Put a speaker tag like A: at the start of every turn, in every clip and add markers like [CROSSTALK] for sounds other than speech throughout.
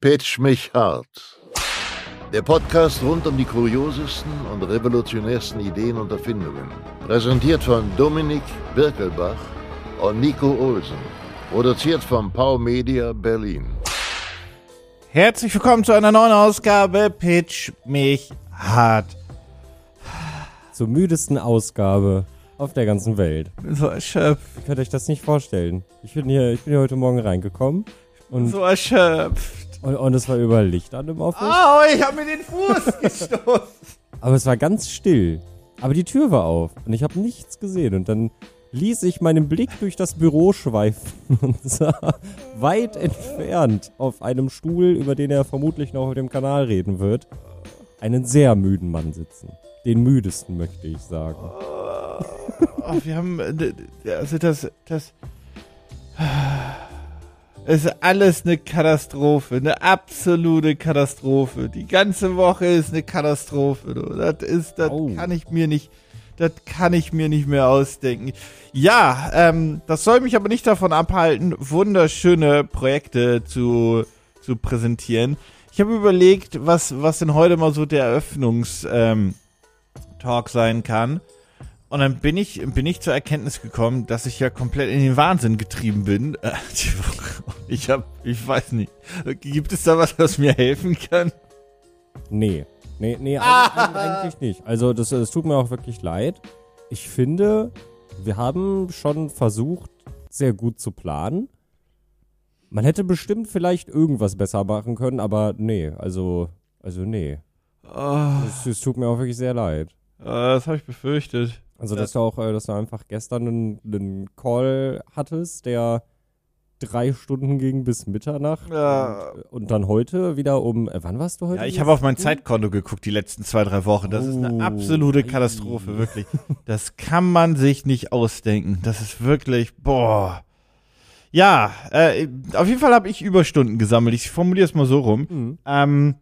A: Pitch mich hart. Der Podcast rund um die kuriosesten und revolutionärsten Ideen und Erfindungen. Präsentiert von Dominik Birkelbach und Nico Olsen. Produziert von Pau Media Berlin.
B: Herzlich willkommen zu einer neuen Ausgabe Pitch mich hart.
C: zur müdesten Ausgabe auf der ganzen Welt.
B: So erschöpft,
C: Ihr könnt euch das nicht vorstellen. Ich bin hier, ich bin hier heute Morgen reingekommen und,
B: so erschöpft.
C: und, und es war überall Licht an im Office.
B: Au, ich habe mir den Fuß [LAUGHS] gestoßen.
C: Aber es war ganz still. Aber die Tür war auf und ich habe nichts gesehen. Und dann ließ ich meinen Blick durch das Büro schweifen [LAUGHS] und sah weit entfernt auf einem Stuhl, über den er vermutlich noch auf dem Kanal reden wird, einen sehr müden Mann sitzen. Den müdesten möchte ich sagen.
B: Oh, wir haben, äh, d- d- also das, das es ist alles eine Katastrophe, eine absolute Katastrophe. Die ganze Woche ist eine Katastrophe. Du. Das ist, das
C: Au.
B: kann ich mir nicht, das kann ich mir nicht mehr ausdenken. Ja, ähm, das soll mich aber nicht davon abhalten, wunderschöne Projekte zu, zu präsentieren. Ich habe überlegt, was, was denn heute mal so der Eröffnungstalk ähm, Talk sein kann. Und dann bin ich, bin ich zur Erkenntnis gekommen, dass ich ja komplett in den Wahnsinn getrieben bin. [LAUGHS] Äh, die Woche. Ich hab, ich weiß nicht. Gibt es da was, was mir helfen kann?
C: Nee, nee,
B: [LAUGHS]
C: nee, eig- eig- eigentlich nicht. Also das, das tut mir auch wirklich leid. Ich finde, wir haben schon versucht, sehr gut zu planen. Man hätte bestimmt vielleicht irgendwas besser machen können, aber nee, also, also nee.
B: Oh,
C: Es, es tut mir auch wirklich sehr leid.
B: äh, das habe ich befürchtet.
C: Also, dass du auch, äh, dass du einfach gestern einen, einen Call hattest, der drei Stunden ging bis Mitternacht.
B: Ja.
C: Und, und dann heute wieder um, äh, wann warst du heute?
B: Ja, ich
C: wieder? Hm.
B: habe auf mein Zeitkonto geguckt die letzten zwei, drei Wochen. Das ist
C: Oh,
B: eine absolute
C: ei.
B: Katastrophe, wirklich. Das kann man sich nicht ausdenken. Das ist wirklich, boah. Ja, äh, auf jeden Fall habe ich Überstunden gesammelt. Ich formuliere es mal so rum.
C: Mhm.
B: Ähm,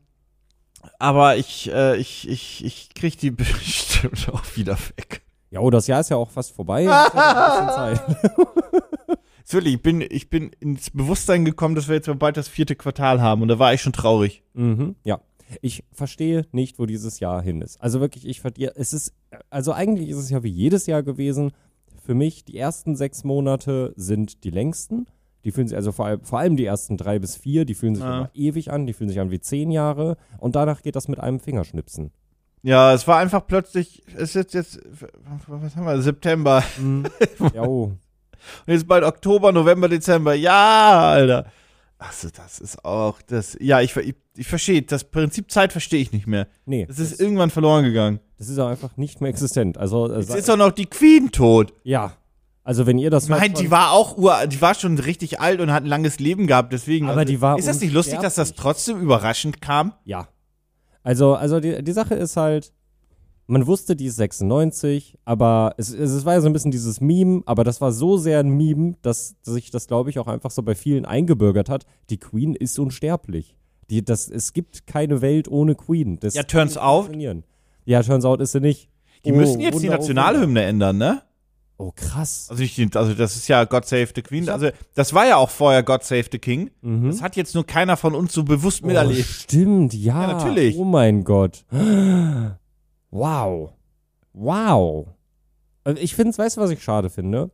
B: aber ich, äh, ich, ich, ich krieg die [LAUGHS] bestimmt auch wieder weg.
C: Ja, oh, das Jahr ist ja auch fast
B: [LAUGHS]
C: vorbei. Jetzt ist ja noch ein bisschen Zeit.
B: Ist Wirklich, ich bin, ich bin ins Bewusstsein gekommen, dass wir jetzt mal bald das vierte Quartal haben und da war ich schon traurig.
C: Mhm, ja. Ich verstehe nicht, wo dieses Jahr hin ist. Also wirklich, ich verstehe, es ist, also eigentlich ist es ja wie jedes Jahr gewesen. Für mich, die ersten sechs Monate sind die längsten. Die fühlen sich, also vor allem, vor allem die ersten drei bis vier, die fühlen sich
B: Ja.
C: immer ewig an, die fühlen sich an wie zehn Jahre. Und danach geht das mit einem Fingerschnipsen.
B: Ja, es war einfach plötzlich, es ist jetzt, was haben wir, September. [LAUGHS]
C: Mhm. ja, oh.
B: Und jetzt bald Oktober, November, Dezember. Ja, Alter. Also das ist auch, das, ja, ich, ver- ich, ich verstehe, das Prinzip Zeit verstehe ich nicht mehr.
C: Nee,
B: Es ist irgendwann verloren gegangen.
C: das ist auch einfach nicht mehr existent. Also, äh,
B: Jetzt ist auch noch die Queen tot.
C: ja. Also, wenn ihr das.
B: Nein,
C: hört
B: die
C: von-
B: war auch ur, die war schon richtig alt und hat ein langes Leben gehabt, deswegen. also,
C: Aber die war
B: ist das nicht lustig, dass das trotzdem überraschend kam?
C: Ja. Also, also die, die Sache ist halt, man wusste, die ist 96, aber es, es, es war ja so ein bisschen dieses Meme, aber das war so sehr ein Meme, dass sich das, glaube ich, auch einfach so bei vielen eingebürgert hat. Die Queen ist unsterblich. Die, das, es gibt keine Welt ohne Queen. Das
B: Ja, turns out.
C: funktionieren. Ja, turns out ist sie nicht.
B: Die
C: Oh,
B: müssen jetzt die
C: Wunder, oh, Wunder.
B: Nationalhymne ändern, ne?
C: Oh, krass.
B: Also, nicht die, also das ist ja God Save the Queen. Also das war ja auch vorher God Save the King.
C: Mhm.
B: Das hat jetzt nur keiner von uns so bewusst
C: Hm? Oh,
B: miterlebt.
C: stimmt, ja.
B: Ja, natürlich.
C: Oh mein Gott. Wow. Wow. Also Ich finde es, weißt du, was ich schade finde?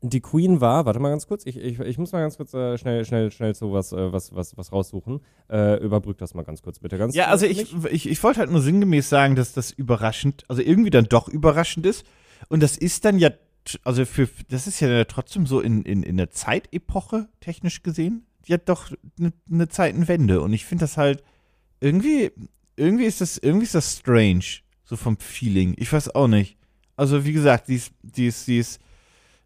C: Die Queen war, warte mal ganz kurz, ich, ich, ich muss mal ganz kurz äh, schnell, schnell, schnell so was, äh, was, was, was raussuchen. Äh, überbrück das mal ganz kurz, bitte. Ganz
B: Ja, also
C: kurz
B: ich,
C: mich.
B: ich, ich wollte halt nur sinngemäß sagen, dass das überraschend, also irgendwie dann doch überraschend ist. Und das ist dann ja, t- also für, das ist ja trotzdem so in, in, in der Zeitepoche, technisch gesehen, die hat doch eine ne Zeitenwende. Und ich finde das halt, irgendwie, irgendwie ist das, irgendwie ist das strange, so vom Feeling. Ich weiß auch nicht. Also wie gesagt, die ist, die ist, die ist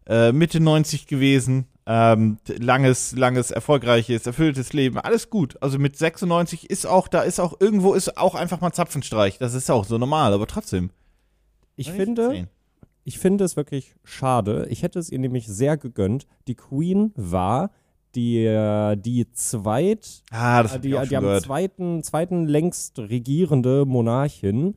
B: äh, Mitte 90 gewesen. Ähm, t- langes, langes, erfolgreiches, erfülltes Leben, alles gut. Also mit 96 ist auch, da ist auch irgendwo ist auch einfach mal Zapfenstreich. Das ist auch so normal, aber trotzdem.
C: Ich finde, ich finde es wirklich schade. Ich hätte es ihr nämlich sehr gegönnt. Die Queen war die, äh, die zweit
B: Ah, das
C: Äh,
B: hab
C: die,
B: ich auch
C: die
B: schon
C: am
B: gehört.
C: zweiten, zweiten längst regierende Monarchin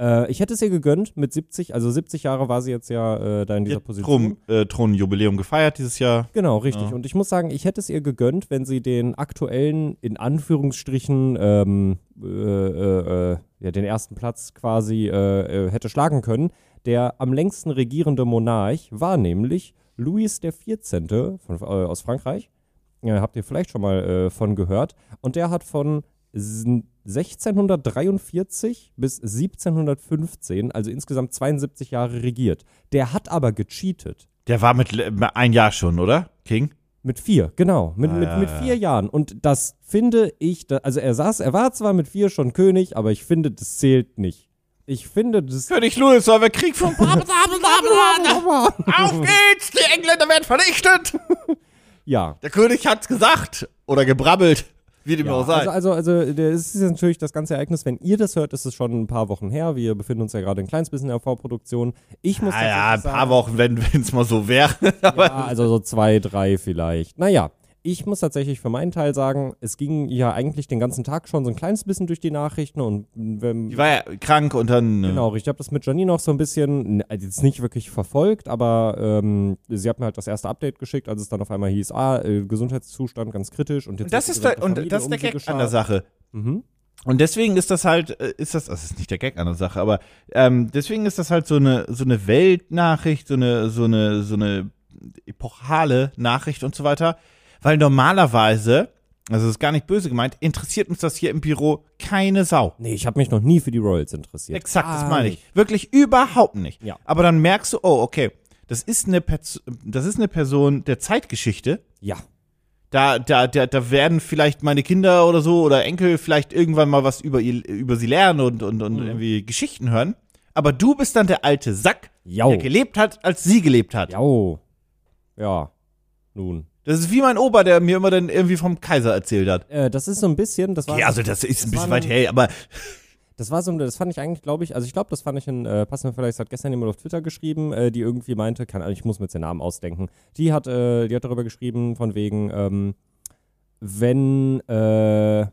C: Äh, ich hätte es ihr gegönnt mit 70, also 70 Jahre war sie jetzt ja äh, da in dieser
B: Ja,
C: Position.
B: Thron, äh, Thronjubiläum gefeiert dieses Jahr.
C: Genau, richtig.
B: Ja.
C: Und ich muss sagen, ich hätte es ihr gegönnt, wenn sie den aktuellen, in Anführungsstrichen, ähm, äh, äh, äh, ja, den ersten Platz quasi äh, äh, hätte schlagen können. Der am längsten regierende Monarch war nämlich Louis XIV. Von, äh, aus Frankreich. Ja, habt ihr vielleicht schon mal äh, von gehört. Und der hat von s- 1643 bis 1715, also insgesamt 72 Jahre regiert. Der hat aber gecheatet.
B: Der war mit le- ein Jahr schon, oder? King?
C: Mit vier, genau. Mit,
B: Ah,
C: mit,
B: ja,
C: mit
B: ja.
C: vier Jahren. Und das finde ich, da, also er saß, er war zwar mit vier schon König, aber ich finde, das zählt nicht. Ich finde, das.
B: König Louis, sollen wir Krieg [LAUGHS] vom Papst Auf geht's, die Engländer werden vernichtet.
C: [LAUGHS] Ja.
B: Der König hat's gesagt oder gebrabbelt, wie dem auch sei.
C: Also, also, also, der- es ist jetzt natürlich das ganze Ereignis, wenn ihr das hört, ist es schon ein paar Wochen her. Wir befinden uns ja gerade ein kleines bisschen in der Vorproduktion. Ich muss
B: ah, ja, ein
C: tatsächlich
B: paar
C: sagen-
B: Wochen, wenn es mal so wäre. Aber
C: Ja, also so zwei, drei vielleicht. Naja, ich muss tatsächlich für meinen Teil sagen, es ging ja eigentlich den ganzen Tag schon so ein kleines bisschen durch die Nachrichten und wenn,
B: die war ja krank und dann. äh,
C: Genau, ich habe das mit Janine auch so ein bisschen, n- also jetzt nicht wirklich verfolgt, aber ähm, sie hat mir halt das erste Update geschickt, als es dann auf einmal hieß, ah, äh, Gesundheitszustand ganz kritisch und jetzt
B: Und das
C: wird die
B: ist der,
C: gesamte
B: und
C: Familie
B: das ist
C: um
B: der
C: sie
B: Gag an
C: geschart.
B: der Sache.
C: Mhm.
B: Und deswegen ist das halt, äh, ist das, das ist nicht der Gag an der Sache, aber ähm, deswegen ist das halt so eine, so eine Weltnachricht, so eine, so eine, so eine epochale Nachricht und so weiter. Weil normalerweise, also das ist gar nicht böse gemeint, interessiert uns das hier im Büro keine Sau.
C: Nee, ich habe mich noch nie für die Royals interessiert.
B: Exakt, das
C: Gar
B: meine
C: nicht.
B: ich. Wirklich überhaupt nicht.
C: Ja.
B: Aber dann merkst du, oh, okay, das ist eine, Perz- das ist eine Person der Zeitgeschichte,
C: Ja,
B: da, da, da, da werden vielleicht meine Kinder oder so oder Enkel vielleicht irgendwann mal was über, ihr, über sie lernen und, und, und irgendwie Geschichten hören. Aber du bist dann der alte Sack,
C: jau,
B: der gelebt hat, als sie gelebt hat.
C: jau. Ja, nun.
B: Das ist wie mein Opa, der mir immer dann irgendwie vom Kaiser erzählt hat.
C: Äh, das ist so ein bisschen, das war
B: Ja, also das ist ein
C: war
B: bisschen
C: ein-
B: weit her, aber
C: Das war so, das fand ich eigentlich, glaube ich, also ich glaube, das fand ich in äh, passender vielleicht hat gestern jemand auf Twitter geschrieben, äh, die irgendwie meinte, kann, ich muss mir jetzt den Namen ausdenken. Die hat, äh, die hat darüber geschrieben von wegen, ähm, wenn, äh,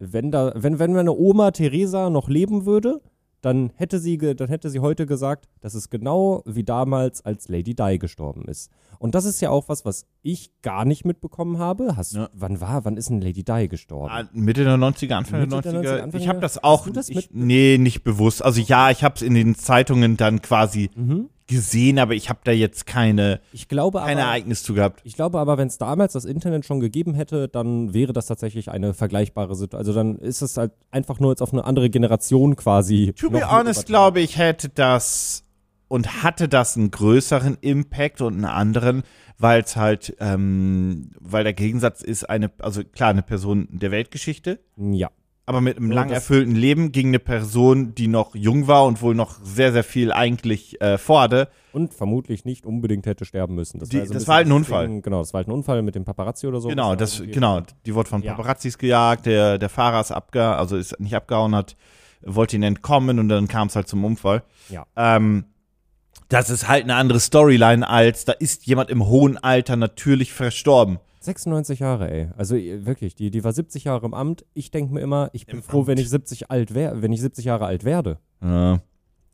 C: wenn da, wenn, wenn meine Oma Theresa noch leben würde, dann hätte sie, ge- dann hätte sie heute gesagt, das ist genau wie damals, als Lady Di gestorben ist. Und das ist ja auch was, was ich gar nicht mitbekommen habe. Hast,
B: Ja.
C: wann war, wann ist denn Lady Di gestorben?
B: Ah, Mitte der 90er, Anfang der
C: Mitte der
B: 90er.
C: 90er, Anfang
B: ich habe
C: der-
B: das auch
C: Hast du das
B: ich,
C: mit-
B: nee, nicht bewusst. Also ja, ich habe es in den Zeitungen dann quasi
C: Mhm.
B: gesehen, aber ich habe da jetzt keine,
C: Ich glaube
B: kein
C: aber,
B: Ereignis zu gehabt.
C: Ich glaube aber, wenn es damals das Internet schon gegeben hätte, dann wäre das tatsächlich eine vergleichbare Situation. Also dann ist es halt einfach nur jetzt auf eine andere Generation quasi.
B: To be
C: noch
B: honest,
C: übertragen.
B: glaube ich, hätte das und hatte das einen größeren Impact und einen anderen, weil es halt, ähm, weil der Gegensatz ist eine, also klar, eine Person der Weltgeschichte,
C: Ja.
B: aber mit einem
C: Ja,
B: lang
C: das-
B: erfüllten Leben gegen eine Person, die noch jung war und wohl noch sehr, sehr viel eigentlich äh, forderte.
C: Und vermutlich nicht unbedingt hätte sterben müssen. Das
B: Die-
C: war, so
B: das
C: bisschen
B: war halt ein
C: das
B: Unfall.
C: Ding- Genau, das war halt ein Unfall mit dem Paparazzi oder so.
B: genau, das,
C: irgendwie-
B: genau, die wurde von
C: Ja.
B: Paparazzis gejagt, der, der Fahrer ist abge, also ist nicht abgehauen, hat, wollte ihn entkommen und dann kam es halt zum Unfall.
C: Ja.
B: ähm, das ist halt eine andere Storyline als, da ist jemand im hohen Alter natürlich verstorben.
C: 96 Jahre, ey. Also eh, wirklich, die, die war 70 Jahre im Amt. Ich denke mir immer, ich bin froh, wenn ich 70 alt wär, wenn ich 70 Jahre alt werde.
B: Ja,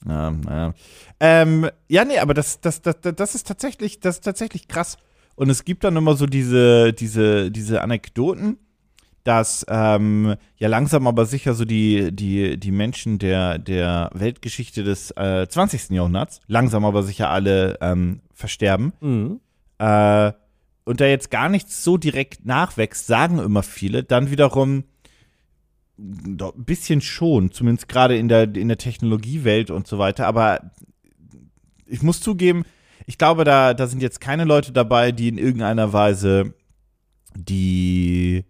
B: ja, ja. Ähm, ja nee, aber das, das, das, das- das ist tatsächlich, das ist tatsächlich krass. Und es gibt dann immer so diese, diese, diese Anekdoten, dass ähm, ja langsam aber sicher so die, die, die Menschen der, der Weltgeschichte des äh, 20. Jahrhunderts langsam aber sicher alle ähm, versterben.
C: Mhm.
B: äh, und da jetzt gar nichts so direkt nachwächst, sagen immer viele, dann wiederum doch ein bisschen schon, zumindest gerade in der, in der Technologiewelt und so weiter, aber ich muss zugeben, ich glaube, da, da sind jetzt keine Leute dabei, die in irgendeiner Weise die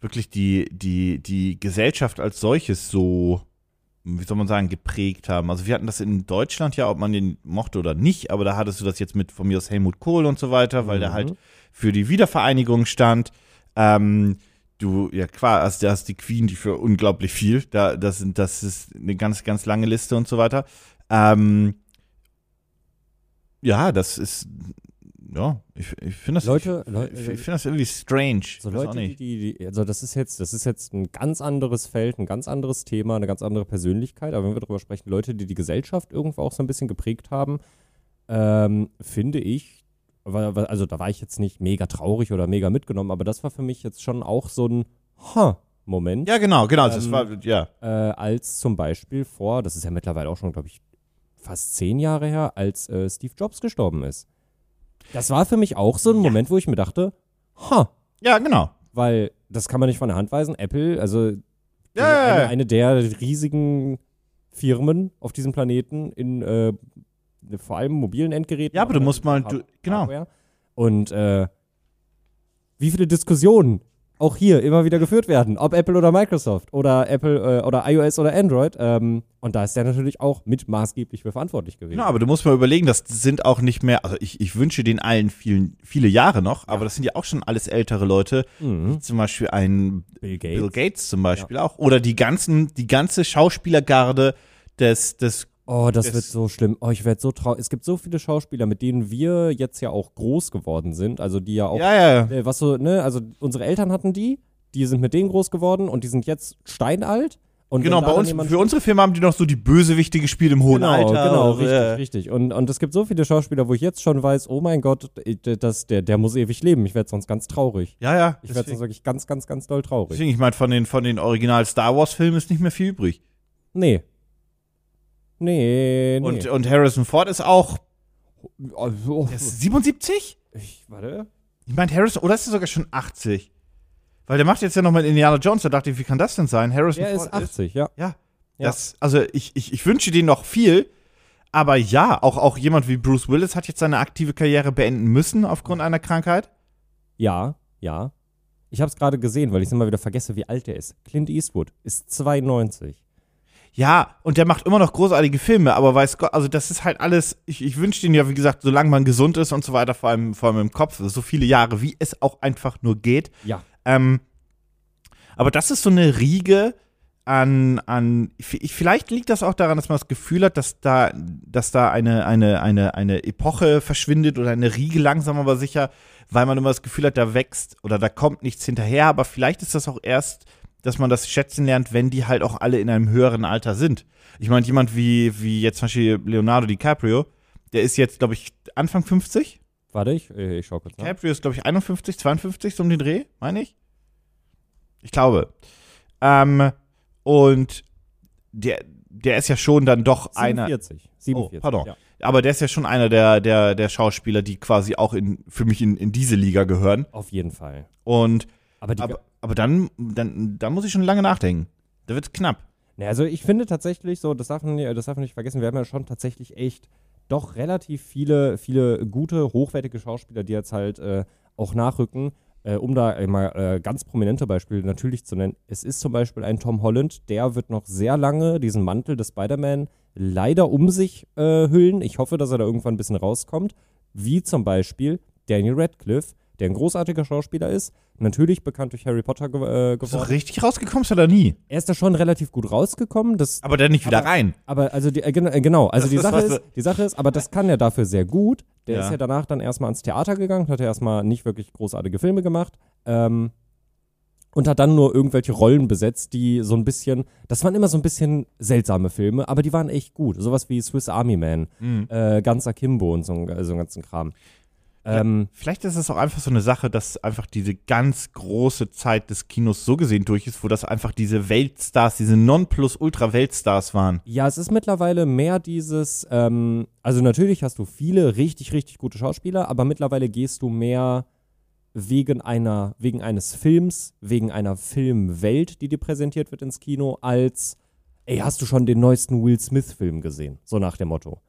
B: wirklich die, die, die Gesellschaft als solches so, wie soll man sagen, geprägt haben. Also wir hatten das in Deutschland ja, ob man den mochte oder nicht, aber da hattest du das jetzt mit von mir aus Helmut Kohl und so weiter, weil der
C: Mhm.
B: halt für die Wiedervereinigung stand. Ähm, du, ja klar, hast, da hast die Queen, die für unglaublich viel, da, das, sind, das ist eine ganz, ganz lange Liste und so weiter. Ähm, ja, das ist ja, ich, ich finde das,
C: Leute,
B: ich,
C: Leute-
B: ich finde das irgendwie strange.
C: So
B: Weiß auch
C: Leute, die,
B: nicht.
C: die, die, also das ist jetzt, das ist jetzt ein ganz anderes Feld, ein ganz anderes Thema, eine ganz andere Persönlichkeit. Aber wenn wir darüber sprechen, Leute, die die Gesellschaft irgendwo auch so ein bisschen geprägt haben, ähm, finde ich, wa- wa- also da war ich jetzt nicht mega traurig oder mega mitgenommen, aber das war für mich jetzt schon auch so ein Ha-Moment,
B: ja, genau, genau. das
C: Ähm,
B: war, ja.
C: äh, als zum Beispiel vor, das ist ja mittlerweile auch schon, glaube ich, fast zehn Jahre her, als äh, Steve Jobs gestorben ist. Das war für mich auch so ein Moment, wo ich mir dachte, ha,
B: Ja, genau.
C: weil das kann man nicht von der Hand weisen. Apple, also die-
B: Ja, ja, ja.
C: eine, eine der riesigen Firmen auf diesem Planeten in äh, vor allem mobilen Endgeräten.
B: Ja, aber du musst mal,
C: Hard-
B: du, genau.
C: Hardware. Und äh, wie viele Diskussionen auch hier immer wieder geführt werden, ob Apple oder Microsoft oder Apple äh, oder iOS oder Android. Ähm, und da ist der natürlich auch mit maßgeblich für verantwortlich gewesen.
B: Genau, aber du musst mal überlegen, das sind auch nicht mehr, also ich, ich wünsche den allen vielen, viele Jahre noch, aber das sind ja auch schon alles ältere Leute,
C: Mhm.
B: zum Beispiel ein
C: Bill Gates.
B: Bill Gates zum Beispiel auch. Oder die ganzen, die ganze Schauspielergarde des, des
C: Oh, das,
B: Das-
C: wird so schlimm. Oh, ich werde so traurig. Es gibt so viele Schauspieler, mit denen wir jetzt ja auch groß geworden sind. Also die ja auch,
B: ja, ja,
C: äh, was so, ne, also unsere Eltern hatten die, die sind mit denen groß geworden und die sind jetzt steinalt. Und
B: genau,
C: wenn da
B: bei
C: dann
B: uns,
C: jemand
B: für unsere Firma haben die noch so die Bösewichte gespielt im hohen
C: genau,
B: Alter.
C: Genau,
B: oder,
C: richtig,
B: äh,
C: richtig. Und, und es gibt so viele Schauspieler, wo ich jetzt schon weiß, oh mein Gott, äh, das, der, der muss ewig leben. Ich werde sonst ganz traurig.
B: Ja, ja.
C: Ich werde sonst
B: Deswegen,
C: wirklich ganz, ganz, ganz doll traurig.
B: deswegen, ich meine, von den, von den Original Star Wars Filmen ist nicht mehr viel übrig.
C: Nee. Nee, nee.
B: Und, äh, und Harrison Ford ist auch
C: also,
B: der ist 77?
C: ich, warte.
B: Ich meine, Harrison, oder ist er sogar schon 80? Weil der macht jetzt ja nochmal Indiana Jones, da dachte ich, wie kann das denn sein? Harrison
C: Der
B: Ford
C: ist 80, ja.
B: Ja.
C: Ja.
B: Das, also ich, ich, ich wünsche denen noch viel, aber ja, auch, auch jemand wie Bruce Willis hat jetzt seine aktive Karriere beenden müssen aufgrund einer Krankheit.
C: Ja, ja. Ich habe es gerade gesehen, weil ich immer wieder vergesse, wie alt er ist. Clint Eastwood ist 92.
B: Ja, und der macht immer noch großartige Filme, aber weiß Gott, also das ist halt alles, ich, ich wünsche denen ja, wie gesagt, solange man gesund ist und so weiter, vor allem, vor allem im Kopf, so viele Jahre, wie es auch einfach nur geht.
C: Ja.
B: Ähm, aber das ist so eine Riege an, an v- vielleicht liegt das auch daran, dass man das Gefühl hat, dass da, dass da eine, eine, eine, eine Epoche verschwindet oder eine Riege langsam aber sicher, weil man immer das Gefühl hat, da wächst oder da kommt nichts hinterher. Aber vielleicht ist das auch erst, dass man das schätzen lernt, wenn die halt auch alle in einem höheren Alter sind. Ich meine, jemand wie, wie jetzt zum Beispiel Leonardo DiCaprio, der ist jetzt, glaube ich, Anfang 50.
C: Warte, ich, äh, ich schau kurz nach.
B: DiCaprio ist, glaube ich, 51, 52, so um den Dreh, meine ich. Ich glaube. Ähm, und der, der ist ja schon dann doch einer.
C: 47. 47.
B: Oh, pardon.
C: Ja.
B: Aber der ist ja schon einer der, der, der Schauspieler, die quasi auch in, für mich in, in diese Liga gehören.
C: Auf jeden Fall.
B: Und
C: Aber die,
B: aber, aber dann, dann, dann muss ich schon lange nachdenken. Da wird's knapp.
C: Na, also ich finde tatsächlich so, das darf man, nie- das darf man nicht vergessen, wir haben ja schon tatsächlich echt doch relativ viele, viele gute, hochwertige Schauspieler, die jetzt halt äh, auch nachrücken. Äh, um da immer äh, ganz prominente Beispiele natürlich zu nennen. Es ist zum Beispiel ein Tom Holland, der wird noch sehr lange diesen Mantel des Spider-Man leider um sich äh, hüllen. Ich hoffe, dass er da irgendwann ein bisschen rauskommt. Wie zum Beispiel Daniel Radcliffe, der ein großartiger Schauspieler ist, natürlich bekannt durch Harry Potter ge äh,
B: Ist doch
C: geworden.
B: richtig rausgekommen, ist er da nie.
C: Er ist da schon relativ gut rausgekommen. Das
B: Aber dann nicht wieder
C: Aber-
B: rein.
C: aber also die, äh, genau- äh, genau, also
B: Das
C: die
B: ist
C: Sache
B: was-
C: ist, die Sache ist, aber das kann er dafür sehr gut. Der
B: Ja.
C: ist ja danach dann erstmal ans Theater gegangen, hat ja erstmal nicht wirklich großartige Filme gemacht ähm, und hat dann nur irgendwelche Rollen besetzt, die so ein bisschen, das waren immer so ein bisschen seltsame Filme, aber die waren echt gut. Sowas wie Swiss Army Man,
B: Mhm.
C: äh, ganz Akimbo und so, ein- so einen ganzen Kram. Ähm,
B: Vielleicht ist es auch einfach so eine Sache, dass einfach diese ganz große Zeit des Kinos so gesehen durch ist, wo das einfach diese Weltstars, diese Nonplusultra-Weltstars waren.
C: Ja, es ist mittlerweile mehr dieses, ähm, also natürlich hast du viele richtig, richtig gute Schauspieler, aber mittlerweile gehst du mehr wegen einer, wegen eines Films, wegen einer Filmwelt, die dir präsentiert wird ins Kino, als ey, hast du schon den neuesten Will Smith-Film gesehen? So nach dem Motto.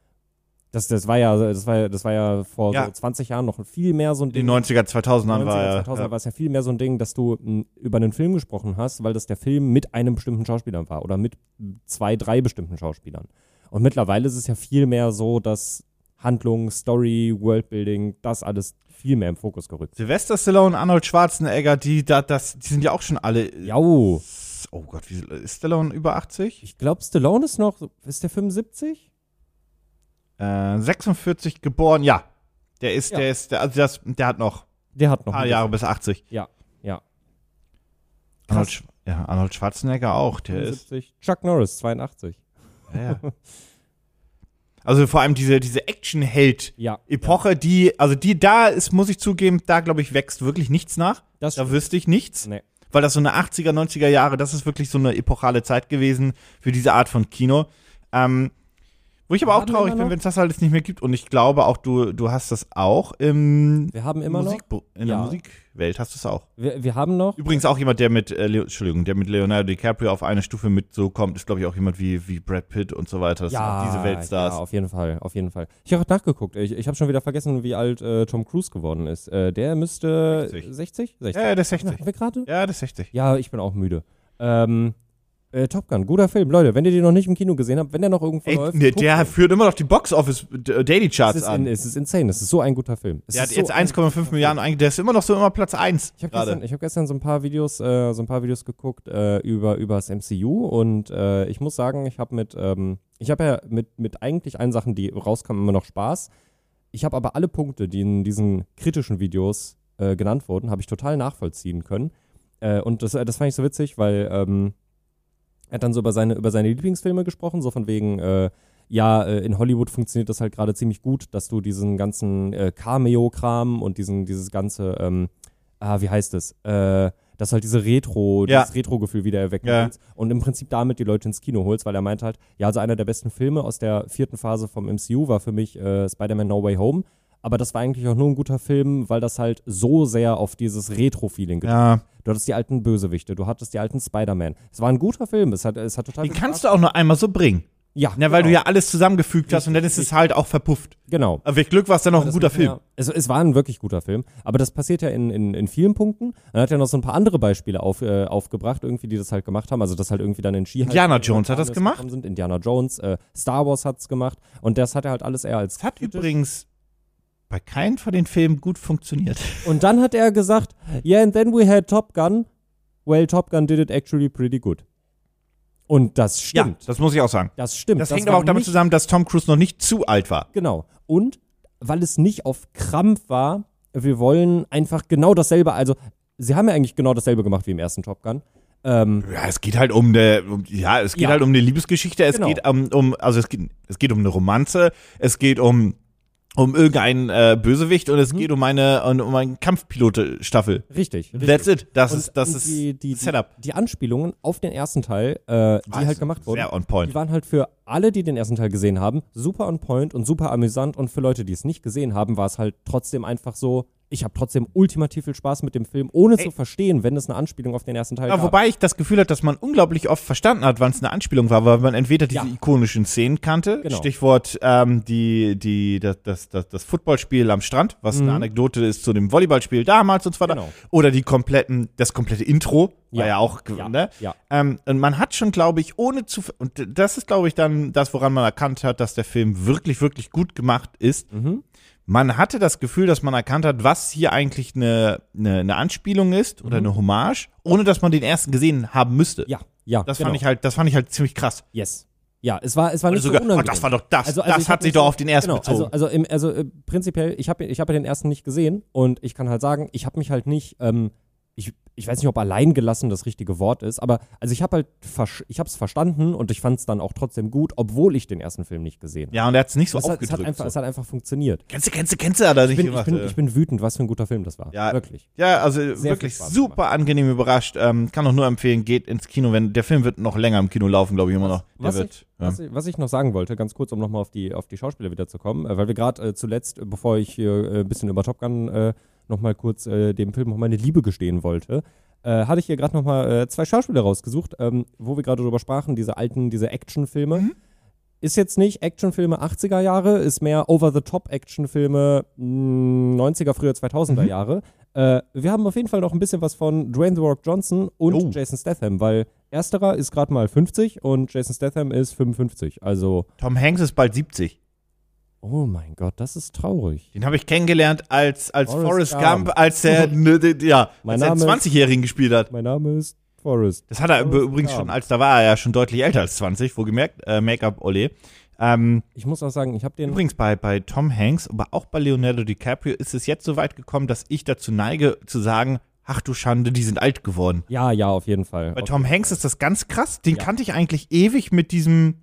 C: Das, das war ja, das war, das war ja vor
B: Ja.
C: So 20 Jahren noch viel mehr so ein
B: In
C: Ding.
B: den 90er, 2000ern
C: 90er,
B: war ja.
C: 2000er war es ja viel mehr so ein Ding, dass du m, über einen Film gesprochen hast, weil das der Film mit einem bestimmten Schauspieler war oder mit zwei, drei bestimmten Schauspielern. Und mittlerweile ist es ja viel mehr so, dass Handlung, Story, Worldbuilding, das alles viel mehr im Fokus gerückt.
B: Sylvester Stallone, Arnold Schwarzenegger, die, da, das, die sind ja auch schon alle.
C: Jau,
B: Oh Gott, wie, ist Stallone über 80?
C: ich glaube, Stallone ist noch, ist der 75?
B: Äh, 46 geboren, ja. Der ist,
C: Ja.
B: der ist, der, also das, der hat noch
C: Der hat
B: ein
C: noch.
B: paar
C: ein
B: Jahre bis 80.
C: bisschen- Ja, ja.
B: Arnold,
C: Krass.
B: Sch- ja, Arnold Schwarzenegger auch. Der ist.
C: 75. Chuck Norris, 82.
B: Ja, ja. Also vor allem diese, diese Action-Held.
C: Ja.
B: Epoche, die, also die da ist, muss ich zugeben, da glaube ich, wächst wirklich nichts nach.
C: Das
B: Da
C: stimmt.
B: wüsste ich nichts.
C: Nee.
B: Weil das so eine 80er, 90er Jahre, das ist wirklich so eine epochale Zeit gewesen für diese Art von Kino. Ähm, wo ich aber
C: Wir
B: auch
C: haben
B: traurig
C: immer
B: bin,
C: noch-
B: wenn es das halt jetzt nicht mehr gibt. Und ich glaube auch, du, du hast das auch im
C: Wir haben immer noch.
B: Musik, in der
C: Ja.
B: Musikwelt hast du es auch.
C: Wir, wir haben noch.
B: Übrigens auch jemand, der mit, äh, Leo, Entschuldigung, der mit Leonardo DiCaprio auf eine Stufe mit so kommt, ist glaube ich auch jemand wie, wie Brad Pitt und so weiter. Das sind auch diese Weltstars.
C: Ja, auf jeden Fall, auf jeden Fall. Ich habe auch nachgeguckt. Ich, ich habe schon wieder vergessen, wie alt äh, Tom Cruise geworden ist. Äh, der müsste
B: 60.
C: 60? 60.
B: Ja, ja, der ist
C: Na,
B: 60.
C: haben wir gerade?
B: Ja, der ist 60.
C: Ja, ich bin auch müde. Ähm, äh, Top Gun, guter Film. Leute, wenn ihr den noch nicht im Kino gesehen habt, wenn der noch irgendwo
B: Ey,
C: läuft,
B: der,
C: guckt
B: der
C: den.
B: führt immer noch die Box Office äh, Daily
C: es
B: Charts
C: ist, in,
B: an.
C: es ist insane. Es ist so ein guter Film. Es
B: Der hat
C: ist so
B: jetzt
C: ein
B: 1,5 Milliarden einge- Der ist immer noch so immer Platz 1.
C: Ich habe
B: gerade.
C: gestern, ich hab gestern so ein paar Videos, äh, so ein paar Videos geguckt äh, über übers MCU und äh, ich muss sagen, ich habe mit, ähm, ich habe ja mit mit eigentlich allen Sachen, die rauskamen, immer noch Spaß. Ich habe aber alle Punkte, die in diesen kritischen Videos äh, genannt wurden, habe ich total nachvollziehen können. Äh, und das, äh, das fand ich so witzig, weil ähm, er hat dann so über seine über seine Lieblingsfilme gesprochen, so von wegen. Äh, ja, äh, in Hollywood funktioniert das halt gerade ziemlich gut, dass du diesen ganzen äh, Cameo-Kram und diesen, dieses ganze, ähm, ah, wie heißt es, äh, dass halt diese Retro,
B: Ja.
C: dieses Retro-Gefühl wieder erwecken
B: Ja.
C: willst und im Prinzip damit die Leute ins Kino holst, weil er meinte halt, ja, also einer der besten Filme aus der vierten Phase vom MCU war für mich äh, Spider-Man No Way Home, aber das war eigentlich auch nur ein guter Film, weil das halt so sehr auf dieses Retro-Feeling geht.
B: Ja.
C: Du hattest die alten Bösewichte, du hattest die alten Spider-Man. Es war ein guter Film, es hat, es hat total
B: Den
C: viel
B: kannst
C: Spaß-
B: du auch noch einmal so bringen.
C: Ja,
B: Na, weil
C: genau,
B: du ja alles zusammengefügt hast und dann ist es halt auch verpufft.
C: Genau.
B: Aber mit Glück war es dann noch ein
C: Das
B: guter
C: muss man
B: Film.
C: Ja, es, es war ein wirklich guter Film, aber das passiert ja in, in, in vielen Punkten. Dann hat er noch so ein paar andere Beispiele auf, äh, aufgebracht, irgendwie, die das halt gemacht haben. Also, das halt irgendwie dann in Ski.
B: Indiana Jones hat das gemacht?
C: Sind. Indiana Jones, äh, Star Wars hat's gemacht und das hat er halt alles eher als.
B: Es hat übrigens bei keinem von den Filmen gut funktioniert.
C: Und dann hat er gesagt, yeah, and then we had Top Gun. Well, Top Gun did it actually pretty good. Und das stimmt.
B: das muss ich auch sagen.
C: Das stimmt.
B: Das, hängt aber
C: war
B: auch damit
C: nicht-
B: zusammen, dass Tom Cruise noch nicht zu alt war.
C: Genau. Und weil es nicht auf Krampf war, wir wollen einfach genau dasselbe. Also, sie haben ja eigentlich genau dasselbe gemacht wie im ersten Top Gun. Ähm,
B: Ja, es geht halt um eine, um, ja, es geht
C: Ja.
B: halt um eine Liebesgeschichte, es
C: Genau.
B: geht um, um, also es geht, es geht um eine Romanze, es geht um, um irgendeinen äh, Bösewicht und es
C: Mhm.
B: geht um eine, um, um eine Kampfpilote-Staffel.
C: richtig. richtig.
B: That's it. Das
C: Und-
B: ist, das
C: und
B: ist
C: die, die, die,
B: Setup.
C: Die Anspielungen auf den ersten Teil, äh, die
B: Also,
C: halt gemacht wurden,
B: Sehr on
C: die
B: point.
C: waren halt für alle, die den ersten Teil gesehen haben, super on point und super amüsant. Und für Leute, die es nicht gesehen haben, war es halt trotzdem einfach so. Ich habe trotzdem ultimativ viel Spaß mit dem Film, ohne zu verstehen, wenn es eine Anspielung auf den ersten Teil
B: Ja,
C: gab.
B: wobei ich das Gefühl hatte, dass man unglaublich oft verstanden hat, wann es eine Anspielung war, weil man entweder diese
C: Ja.
B: ikonischen Szenen kannte,
C: Genau.
B: Stichwort ähm, die, die, das, das, das, das Footballspiel am Strand, was eine Anekdote ist zu dem Volleyballspiel damals und so weiter,
C: Mhm. Genau.
B: oder die kompletten, das komplette Intro, war
C: Ja.
B: ja auch,
C: Ja.
B: ne?
C: Ja.
B: Ähm, und man hat schon, glaube ich, ohne zu, und das ist, glaube ich, dann das, woran man erkannt hat, dass der Film wirklich, wirklich gut gemacht ist.
C: Mhm.
B: Man hatte das Gefühl, dass man erkannt hat, was hier eigentlich eine, eine, eine Anspielung ist oder eine Hommage, ohne dass man den ersten gesehen haben müsste.
C: Mhm. ja, ja.
B: Das
C: genau.
B: fand ich halt, das fand ich halt ziemlich krass.
C: Yes. Ja, es war, es war nicht
B: sogar, oh,
C: so unangenehm.
B: das war doch das.
C: Also- also
B: das
C: ich
B: hat
C: hab
B: sich
C: mich
B: doch
C: so-
B: auf den ersten
C: genau,
B: bezogen.
C: also, also, im, also äh, prinzipiell, ich habe ich hab ja den ersten nicht gesehen und ich kann halt sagen, ich habe mich halt nicht, ähm, ich, ich weiß nicht, ob allein gelassen das richtige Wort ist, aber also ich habe halt, versch- ich habe es verstanden und ich fand es dann auch trotzdem gut, obwohl ich den ersten Film nicht gesehen habe.
B: ja, und er hat es nicht so
C: es, hat, es, hat
B: aufgedrückt.
C: einfach, es
B: so.
C: hat einfach funktioniert.
B: Kennst du, kennst du, kennst du, hat er nicht
C: Ich bin, ich,
B: gemacht.
C: bin,
B: äh.
C: ich bin wütend, was für ein guter Film das war.
B: Ja.
C: Wirklich.
B: ja, also
C: viel
B: wirklich
C: Spaß
B: super angenehm überrascht. Ähm, kann auch nur empfehlen, geht ins Kino, wenn der Film wird noch länger im Kino laufen, glaube ich, immer noch. Der
C: Was
B: wird,
C: ich,
B: ja.
C: was, ich, was ich noch sagen wollte, ganz kurz, um nochmal auf die, auf die Schauspieler wiederzukommen, äh, weil wir gerade äh, zuletzt, äh, bevor ich hier äh, ein bisschen über Top Gun äh, nochmal kurz äh, dem Film noch meine Liebe gestehen wollte, äh, hatte ich hier gerade nochmal äh, zwei Schauspieler rausgesucht, ähm, wo wir gerade drüber sprachen, diese alten, diese Actionfilme. Ist jetzt nicht Actionfilme 80er Jahre, ist mehr Over-the-Top-Actionfilme hm, mh, 90er, frühe 2000er
B: Mhm.
C: Jahre. Äh, wir haben auf jeden Fall noch ein bisschen was von Dwayne The Rock Johnson und
B: Oh.
C: Jason Statham, weil ersterer ist gerade mal 50 und Jason Statham ist 55. Also,
B: Tom Hanks ist bald 70.
C: oh mein Gott, das ist traurig.
B: Den habe ich kennengelernt als, als Forrest,
C: Forrest
B: Gump,
C: Gump.
B: als
C: [LAUGHS]
B: er, ne, de- ja,
C: Mein
B: als er einen
C: Name ist-
B: 20-Jährigen gespielt hat.
C: Mein Name ist Forrest.
B: Das hat er
C: Forrest
B: übrigens
C: Gump.
B: schon, als da war er ja schon deutlich älter als 20, wohlgemerkt, äh, Make-up Ole. Ähm,
C: Ich muss auch sagen, ich habe den.
B: Übrigens bei, bei Tom Hanks, aber auch bei Leonardo DiCaprio ist es jetzt so weit gekommen, dass ich dazu neige zu sagen, ach du Schande, die sind alt geworden.
C: Ja, ja, auf jeden Fall.
B: Bei
C: Auf-
B: Tom Hanks ist das ganz krass. Den
C: Ja.
B: kannte ich eigentlich ewig mit diesem,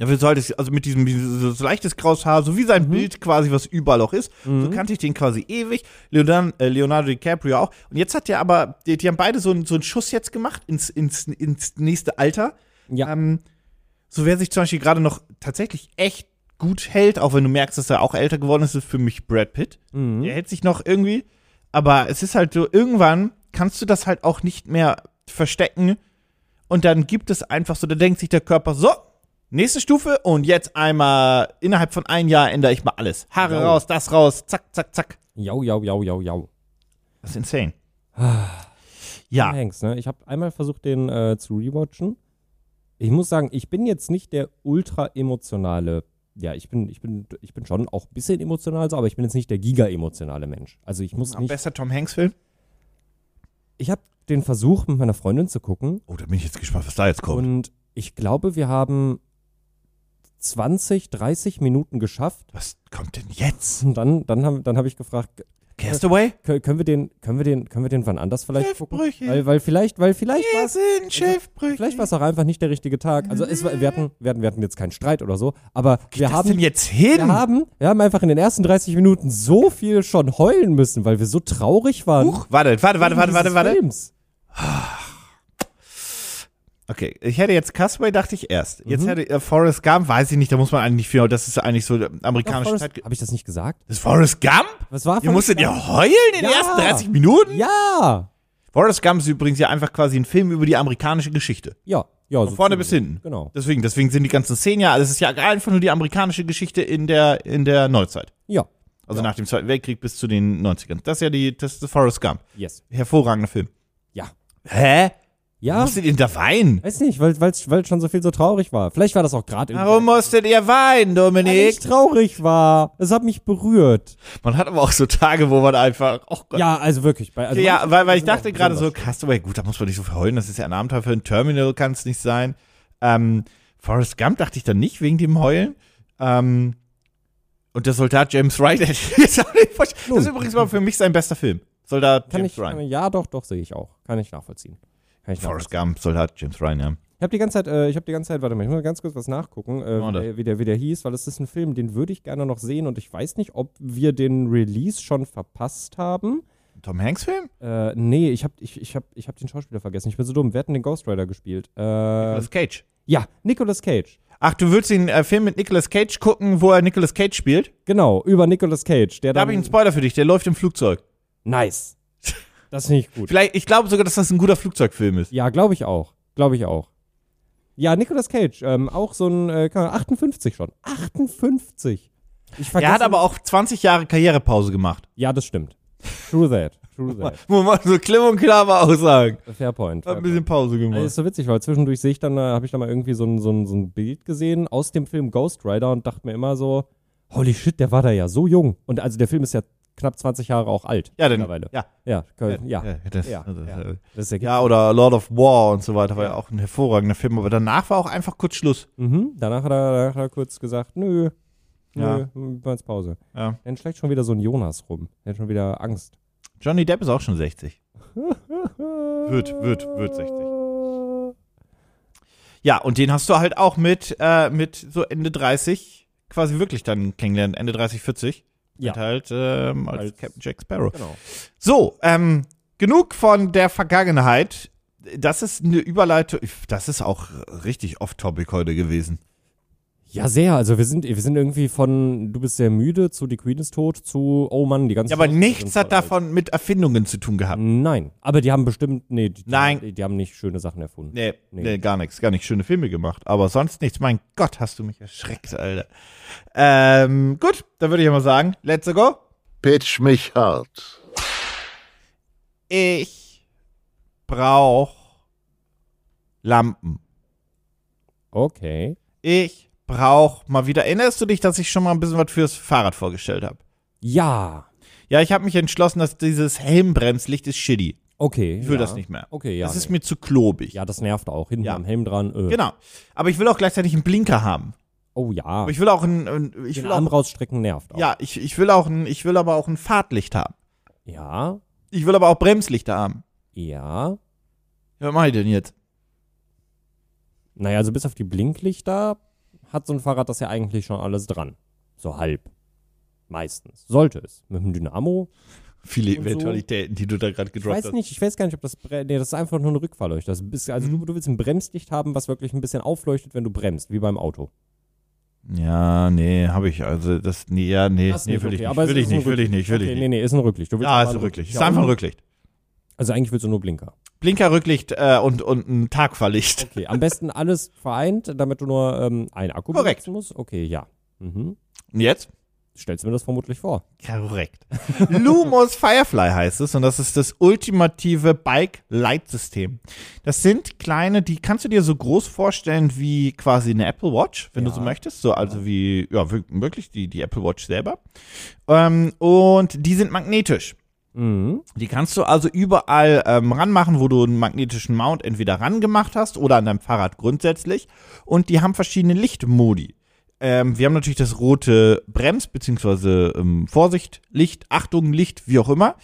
B: ja, wie soll das, also mit diesem dieses, so leichtes graues Haar, so wie
C: Mhm.
B: sein Bild quasi, was überall auch ist. So kannte ich den quasi ewig. Leonardo, äh, Leonardo DiCaprio auch. Und jetzt hat der aber, die, die haben beide so, einen- so einen Schuss jetzt gemacht ins, ins, ins nächste Alter.
C: Ja.
B: Ähm, so wer sich zum Beispiel gerade noch tatsächlich echt gut hält, auch wenn du merkst, dass er auch älter geworden ist, ist für mich Brad Pitt.
C: Mhm.
B: Der hält sich noch irgendwie. Aber es ist halt so, irgendwann kannst du das halt auch nicht mehr verstecken. Und dann gibt es einfach so, da denkt sich der Körper so, nächste Stufe und jetzt einmal innerhalb von einem Jahr ändere ich mal alles. Haare
C: Wow.
B: raus, das raus, zack, zack, zack.
C: Jau, jau, jau, jau, jau.
B: Das ist insane.
C: Tom
B: Ja,
C: Hanks, ne? Ich habe einmal versucht, den äh, zu rewatchen. Ich muss sagen, ich bin jetzt nicht der ultra emotionale. Ja, ich bin, ich bin, ich bin schon auch ein bisschen emotional, so, aber ich bin jetzt nicht der giga emotionale Mensch. Also ich muss
B: Am
C: nicht.
B: besser Tom Hanks-Film.
C: Ich habe den Versuch mit meiner Freundin zu gucken
B: Oh, da bin ich jetzt gespannt, was da jetzt kommt.
C: und ich glaube, wir haben 20, 30 Minuten geschafft.
B: was kommt denn jetzt?
C: Und dann, dann habe dann hab ich gefragt,
B: Castaway?
C: Kö- können wir den, können wir den, können wir den wann anders vielleicht gucken?
B: Schiffbrüche.
C: Weil, weil vielleicht, weil vielleicht war es,
B: sind Schiffbrüche.
C: vielleicht war es auch einfach nicht der richtige Tag. Also es war, wir hatten, wir hatten, wir hatten jetzt keinen Streit oder so, aber wir
B: das denn
C: haben,
B: jetzt hin?
C: wir haben, wir haben einfach in den ersten 30 Minuten so viel schon heulen müssen, weil wir so traurig waren.
B: Huch, warte, warte, warte,
C: wegen
B: warte, warte,
C: dieses
B: warte.
C: Films.
B: Okay, ich hätte jetzt Castaway, dachte ich erst.
C: Mhm.
B: Jetzt hätte äh, Forrest Gump, weiß ich nicht, da muss man eigentlich viel, das ist eigentlich so äh,
C: Ja,
B: amerikanische Zeit.
C: Forrest- Habe ich das nicht gesagt?
B: Das ist Forrest Gump?
C: Was war
B: Ihr
C: Forrest
B: musstet
C: Gump?
B: ja heulen in den
C: Ja.
B: ersten 30 Minuten?
C: Ja!
B: Forrest Gump ist übrigens ja einfach quasi ein Film über die amerikanische Geschichte.
C: Ja, ja.
B: Von vorne bis hinten.
C: Genau.
B: Deswegen, deswegen sind die ganzen Szenen ja, das ist ja einfach nur die amerikanische Geschichte in der, in der Neuzeit.
C: Ja.
B: Also nach dem Zweiten Weltkrieg bis zu den 90ern. Das ist ja die, das ist Forrest Gump.
C: Yes.
B: Hervorragender Film.
C: Ja.
B: Hä?
C: Ja.
B: Musstet ihr da weinen?
C: Weiß nicht, weil weil's, weil schon so viel so traurig war. Vielleicht war das auch gerade
B: Warum musstet ihr weinen,
C: weil
B: Dominik?
C: ich traurig war. Es hat mich berührt.
B: Man hat aber auch so Tage, wo man einfach, oh Gott.
C: Ja, also wirklich. Bei, also
B: ja,
C: manche
B: weil, weil ich
C: sind auch
B: dachte gerade so,
C: besonders.
B: Castaway, gut, da muss man nicht so verheulen, das ist ja ein Abenteuer für ein Terminal, kann es nicht sein. Ähm, Forrest Gump dachte ich dann nicht wegen dem Heulen. Ähm, und der Soldat James Ryan, [LAUGHS] hätte ich jetzt auch nicht verstanden. das ist
C: Nun.
B: übrigens mal für mich sein bester Film. Soldat
C: Kann
B: James
C: ich,
B: Ryan.
C: ja, doch, doch, sehe ich auch. Kann ich nachvollziehen. Kann ich
B: Forrest
C: nachvollziehen.
B: Gump, Soldat James Ryan, ja.
C: Ich habe die ganze Zeit, äh, ich habe die ganze Zeit, warte mal, ich muss mal ganz kurz was nachgucken, äh,
B: Oh,
C: wie,
B: das-
C: der, wie, der, wie der hieß, weil das ist ein Film, den würde ich gerne noch sehen und ich weiß nicht, ob wir den Release schon verpasst haben.
B: Tom Hanks Film?
C: Äh, nee, ich habe ich, ich hab, ich hab den Schauspieler vergessen. Ich bin so dumm. Wer hat denn den Ghost Rider gespielt? Äh,
B: Nicolas Cage.
C: ja, Nicolas Cage.
B: Ach, du würdest den äh, Film mit Nicolas Cage gucken, wo er Nicolas Cage spielt?
C: Genau, über Nicolas Cage. Der
B: Da
C: dann,
B: habe ich einen Spoiler für dich, der läuft im Flugzeug.
C: Nice. Das finde ich gut.
B: Vielleicht, ich glaube sogar, dass das ein guter Flugzeugfilm ist.
C: Ja, glaube ich auch. Glaube ich auch. Ja, Nicolas Cage, ähm, auch so ein, äh, keine Ahnung, 58 schon. 58. Ich vergesse,
B: Er hat aber auch 20 Jahre Karrierepause gemacht.
C: Ja, das stimmt. True that. True
B: [LAUGHS]
C: that.
B: Muss man so klipp und klar mal aussagen.
C: Fair
B: Hat
C: point. Fair
B: ein
C: point.
B: bisschen Pause
C: Äh, Ist
B: gemacht.
C: so witzig, weil zwischendurch sehe ich dann, äh, habe ich da mal irgendwie so ein, so, ein, so ein Bild gesehen aus dem Film Ghost Rider und dachte mir immer so, holy shit, der war da ja so jung. Und also der Film ist ja knapp 20 Jahre auch alt.
B: Ja, dann,
C: mittlerweile.
B: ja,
C: Ja,
B: ja,
C: Köln, ja.
B: ja, das,
C: Ja,
B: das,
C: ja.
B: äh,
C: Das ist ja,
B: ja, oder Lord of War und so weiter war ja auch ein hervorragender Film, aber danach war auch einfach kurz Schluss.
C: Mhm. Danach hat, er, danach hat er kurz gesagt, nö, nö,
B: Ja.
C: wir ins Pause.
B: Ja.
C: Dann schlägt schon wieder so ein Jonas rum. Der hat schon wieder Angst.
B: Johnny Depp ist auch schon 60.
C: Wird,
B: wird, wird 60. Ja, und den hast du halt auch mit, äh, mit so Ende 30 quasi wirklich dann kennengelernt, Ende 30, 40.
C: Ja.
B: Mit halt ähm, als,
C: Als-
B: Captain Jack Sparrow.
C: Genau.
B: So, ähm, genug von der Vergangenheit. Das ist eine Überleitung. Das ist auch richtig off-topic heute gewesen.
C: Ja, sehr. Also wir sind, wir sind irgendwie von du bist sehr müde zu die Queen ist tot zu oh Mann, die ganze
B: Ja, aber
C: Schauspieler
B: nichts
C: sind
B: hat
C: voll alt.
B: davon mit Erfindungen zu tun gehabt.
C: Nein, aber die haben bestimmt nee, die, die-
B: Nein.
C: die, die haben nicht schöne Sachen erfunden.
B: Nee,
C: Nee.
B: nee, gar nichts. Gar nicht schöne Filme gemacht. Aber sonst nichts. Mein Gott, hast du mich erschreckt, Alter. Ähm, gut, dann würde ich mal sagen, let's go.
A: Pitch mich hart.
B: Ich brauch Lampen.
C: Okay.
B: Ich brauch mal wieder. Erinnerst du dich, dass ich schon mal ein bisschen was fürs Fahrrad vorgestellt habe?
C: Ja.
B: Ja, ich habe mich entschlossen, dass dieses Helmbremslicht ist shitty.
C: Okay.
B: Ich will
C: ja.
B: das nicht mehr.
C: Okay, ja.
B: das ist
C: nee.
B: mir zu klobig. Genau.
C: ja, das nervt auch hinten
B: Ja.
C: am Helm dran. Äh.
B: Genau. Aber ich will auch gleichzeitig einen Blinker haben.
C: Oh ja.
B: Aber ich will auch ein, ein ich
C: Den
B: will
C: Arm
B: auch,
C: rausstrecken nervt auch.
B: ja, ich, ich will auch ein, ich will aber auch ein Fahrtlicht haben.
C: Ja.
B: Ich will aber auch Bremslichter haben.
C: Ja.
B: Ja, Was mache ich denn jetzt?
C: Naja, also bis auf die Blinklichter hat so ein Fahrrad das ja eigentlich schon alles dran. So halb. Meistens. Sollte es. Mit dem Dynamo.
B: Viele
C: Und so.
B: Eventualitäten, die du da gerade
C: Ich weiß
B: gedroppt hast.
C: nicht, ich weiß gar nicht, ob das Bre Nee, das ist einfach nur ein Rückfahrleuchter. Das ist, also
B: Mhm.
C: du, du willst ein Bremslicht haben, was wirklich ein bisschen aufleuchtet, wenn du bremst, wie beim Auto.
B: Ja, nee, habe ich. Also das, nee, ja, nee,
C: Das
B: nee,
C: nicht,
B: will
C: okay,
B: ich
C: aber
B: nicht.
C: es
B: Will
C: ist
B: ich
C: ein
B: nicht, will ich
C: Rücklicht.
B: nicht, will
C: okay,
B: ich nicht.
C: Nee, nee, ist ein Rücklicht. Du willst
B: Ja,
C: aber
B: ist
C: ein
B: Rücklicht. Ist
C: Ja,
B: einfach ein Rücklicht.
C: Also eigentlich willst du nur Blinker.
B: Blinker, Rücklicht äh, und, und ein Tagfahrlicht.
C: Okay, am besten alles vereint, damit du nur ähm, einen Akku
B: Korrekt.
C: benutzen musst. Okay, ja. Mhm.
B: Und jetzt?
C: Stellst du mir das vermutlich vor.
B: Korrekt. [LAUGHS] Lumos Firefly heißt es und das ist das ultimative Bike-Leitsystem. Das sind kleine, die kannst du dir so groß vorstellen wie quasi eine Apple Watch, wenn du
C: Ja.
B: so möchtest. So, also wie, ja, wir- wirklich die, die Apple Watch selber. Ähm, und die sind magnetisch.
C: Mhm.
B: Die kannst du also überall ähm, ranmachen, wo du einen magnetischen Mount entweder rangemacht hast oder an deinem Fahrrad grundsätzlich. Und die haben verschiedene Lichtmodi. Ähm, wir haben natürlich das rote Brems- bzw. Ähm, Vorsicht, Licht, Achtung, Licht, wie auch immer.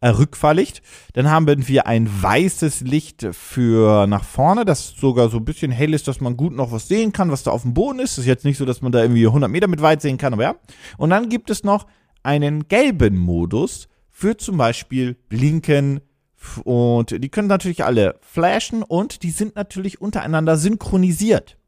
B: Äh, Rückfahrlicht. Dann haben wir ein weißes Licht für nach vorne, das sogar so ein bisschen hell ist, dass man gut noch was sehen kann, was da auf dem Boden ist. Ist jetzt nicht so, dass man da irgendwie 100 Meter mit weit sehen kann, aber ja. Und dann gibt es noch einen gelben Modus für zum Beispiel Blinken. f- Und die können natürlich alle flashen und die sind natürlich untereinander synchronisiert.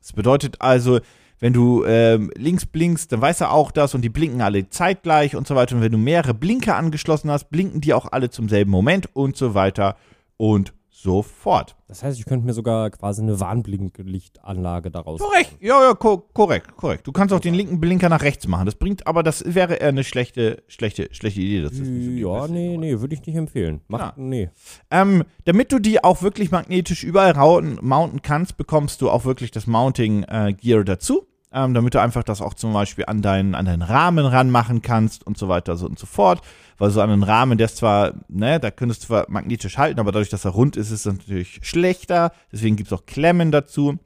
B: Das bedeutet also, wenn du ähm, links blinkst, dann weiß er auch das und die blinken alle zeitgleich und so weiter. Und wenn du mehrere Blinker angeschlossen hast, blinken die auch alle zum selben Moment und so weiter und so fort.
C: Das heißt, ich könnte mir sogar quasi eine Warnblinklichtanlage daraus.
B: Korrekt, ja, ja, ko korrekt, korrekt. Du kannst auch den linken Blinker nach rechts machen. Das bringt, aber das wäre eher eine schlechte, schlechte, schlechte Idee. Das ist nicht so die
C: Ja,
B: beste
C: nee,
B: Nummer.
C: nee, würde ich nicht empfehlen.
B: Klar.
C: Macht, nee.
B: Ähm, damit du die auch wirklich magnetisch überall rauen, mounten kannst, bekommst du auch wirklich das Mounting-Gear dazu. Ähm, damit du einfach das auch zum Beispiel an deinen, an deinen Rahmen ranmachen kannst und so weiter so und so fort. Weil so an einen Rahmen, der ist zwar, ne, da könntest du zwar magnetisch halten, aber dadurch, dass er rund ist, ist es natürlich schlechter. Deswegen gibt es auch Klemmen dazu.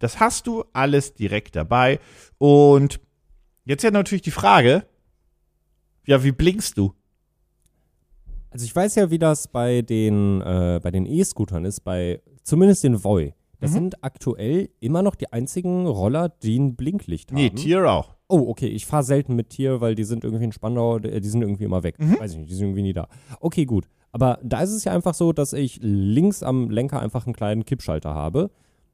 B: Das hast du alles direkt dabei. Und jetzt ja natürlich die Frage, ja, wie blinkst du?
C: Also ich weiß ja, wie das bei den äh, bei den E-Scootern ist, bei zumindest den Voi. Das
B: Mhm.
C: sind aktuell immer noch die einzigen Roller, die ein Blinklicht haben.
B: Nee, Tier auch.
C: Oh, okay, ich fahre selten mit Tier, weil die sind irgendwie in Spandau, äh, die sind irgendwie immer weg.
B: Mhm.
C: Weiß ich nicht, die sind irgendwie nie da. Okay, gut. Aber da ist es ja einfach so, dass ich links am Lenker einfach einen kleinen Kippschalter habe,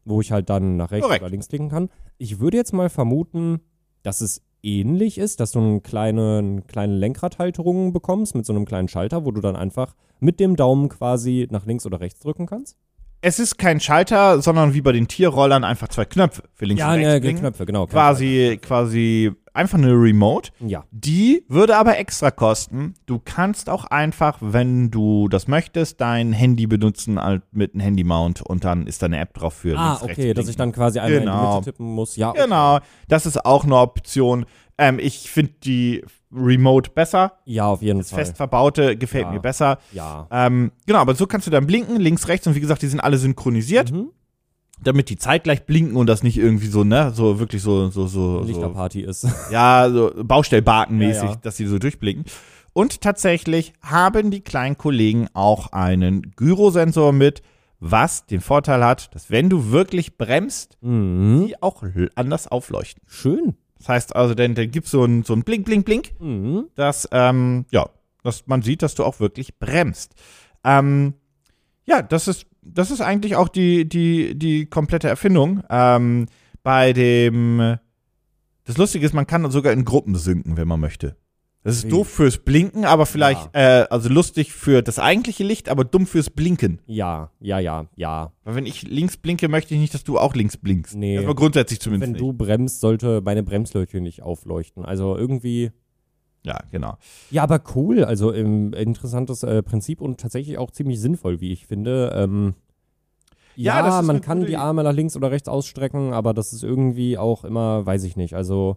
C: wo ich halt dann nach rechts
B: Korrekt.
C: oder links klicken kann. Ich würde jetzt mal vermuten, dass es ähnlich ist, dass du einen kleinen, kleinen Lenkradhalterung bekommst mit so einem kleinen Schalter, wo du dann einfach mit dem Daumen quasi nach links oder rechts drücken kannst.
B: es ist kein Schalter, sondern wie bei den Tierrollern einfach zwei Knöpfe für links und rechts.
C: ne,
B: blinken.
C: Knöpfe, genau.
B: Quasi, quasi einfach eine Remote.
C: Ja.
B: Die würde aber extra kosten. Du kannst auch einfach, wenn du das möchtest, dein Handy benutzen halt mit einem Handy-Mount und dann ist da eine App drauf für
C: Ah,
B: links, rechts
C: okay, dass
B: blinken.
C: ich dann quasi einmal in die
B: Genau.
C: Mitte tippen muss. Ja, okay.
B: Genau, das ist auch eine Option. Ähm, ich finde die Remote besser.
C: Ja, auf jeden
B: Das
C: Fall.
B: fest verbaute gefällt
C: Ja.
B: mir besser.
C: Ja.
B: Ähm, genau, aber so kannst du dann blinken, links, rechts und wie gesagt, die sind alle synchronisiert.
C: Mhm.
B: damit die zeitgleich blinken und das nicht irgendwie so, ne, so wirklich so, so, Also so, so
C: Lichterparty ist. [LAUGHS]
B: ja, so Baustellbartenmäßig,
C: Ja, ja.
B: dass die so durchblinken. Und tatsächlich haben die kleinen Kollegen auch einen Gyrosensor mit, was den Vorteil hat, dass wenn du wirklich bremst,
C: Mhm.
B: die auch l- anders aufleuchten.
C: Schön.
B: Das heißt also, dann, dann gibt's so ein, so ein Blink, Blink, Blink
C: Mhm.
B: dass, ähm, ja, dass man sieht, dass du auch wirklich bremst. Ähm, ja, das ist, das ist eigentlich auch die, die, die komplette Erfindung. Ähm, bei dem. Das Lustige ist, man kann sogar in Gruppen sinken, wenn man möchte. Das ist
C: Wie?
B: doof fürs Blinken, aber vielleicht, äh, also lustig für das eigentliche Licht, aber dumm fürs Blinken.
C: Ja, ja, ja, ja.
B: Weil wenn ich links blinke, möchte ich nicht, dass du auch links blinkst.
C: Nee.
B: Erstmal grundsätzlich zumindest.
C: Wenn
B: nicht.
C: du bremst, sollte meine Bremsleuchte nicht aufleuchten. Also irgendwie.
B: Ja, genau.
C: Ja, aber cool. Also ähm, interessantes äh, Prinzip und tatsächlich auch ziemlich sinnvoll, wie ich finde. Ähm,
B: Ja,
C: ja,
B: das ist
C: man
B: eine
C: kann
B: gute
C: die
B: Idee.
C: Arme nach links oder rechts ausstrecken, aber das ist irgendwie auch immer, weiß ich nicht. Also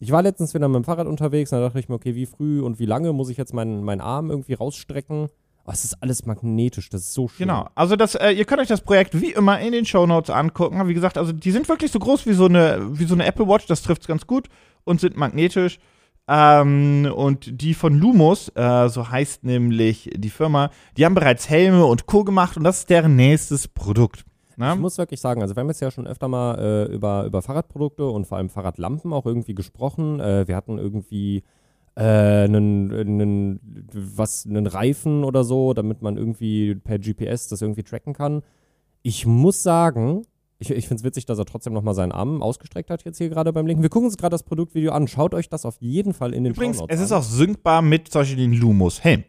C: ich war letztens wieder mit dem Fahrrad unterwegs und da dachte ich mir, okay, wie früh und wie lange muss ich jetzt meinen, meinen Arm irgendwie rausstrecken? Oh, es ist alles magnetisch, das ist so schön.
B: Genau. Also das, äh, ihr könnt euch das Projekt wie immer in den Shownotes angucken. Wie gesagt, also die sind wirklich so groß wie so eine, wie so eine Apple Watch, das trifft es ganz gut und sind magnetisch. Ähm, und die von Lumos, äh, so heißt nämlich die Firma, die haben bereits Helme und Co. gemacht und das ist deren nächstes Produkt. Ne?
C: Ich muss wirklich sagen, also wir haben jetzt ja schon öfter mal äh, über, über Fahrradprodukte und vor allem Fahrradlampen auch irgendwie gesprochen. Äh, wir hatten irgendwie äh, einen, einen, was, einen Reifen oder so, damit man irgendwie per GPS das irgendwie tracken kann. Ich muss sagen, ich, ich finde es witzig, dass er trotzdem nochmal seinen Arm ausgestreckt hat jetzt hier gerade beim Linken. Wir gucken uns gerade das Produktvideo an. Schaut euch das auf jeden Fall in den
B: Übrigens,
C: Shownotes
B: es ist
C: an.
B: auch synkbar mit zum Beispiel den Lumos Helm.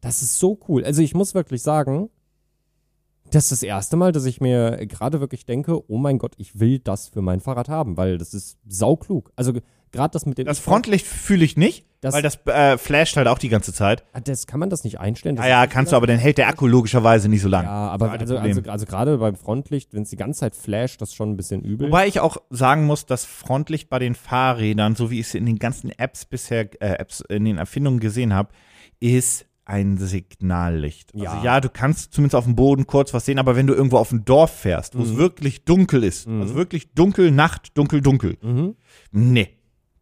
C: Das ist so cool. Also ich muss wirklich sagen, das ist das erste Mal, dass ich mir gerade wirklich denke, oh mein Gott, ich will das für mein Fahrrad haben, weil das ist sauklug. Also g- gerade das mit dem
B: Das Frontlicht fühle ich nicht,
C: Das-
B: weil das äh, flasht halt auch die ganze Zeit.
C: Ah, das kann man das nicht einstellen. Das
B: Ja, ja,
C: ist-
B: kannst du, aber dann hält der Akku logischerweise nicht so lang.
C: Ja, aber
B: das
C: also,
B: Problem.
C: also, also gerade beim Frontlicht, wenn es die ganze Zeit flasht, das ist schon ein bisschen übel.
B: Wobei ich auch sagen muss, dass Frontlicht bei den Fahrrädern, so wie ich es in den ganzen Apps bisher, äh, Apps in den Erfindungen gesehen habe, ist ein Signallicht.
C: Ja.
B: Also ja, du kannst zumindest auf dem Boden kurz was sehen, aber wenn du irgendwo auf ein Dorf fährst, wo es
C: Mhm.
B: wirklich dunkel ist, also wirklich dunkel, Nacht, dunkel, dunkel, nee.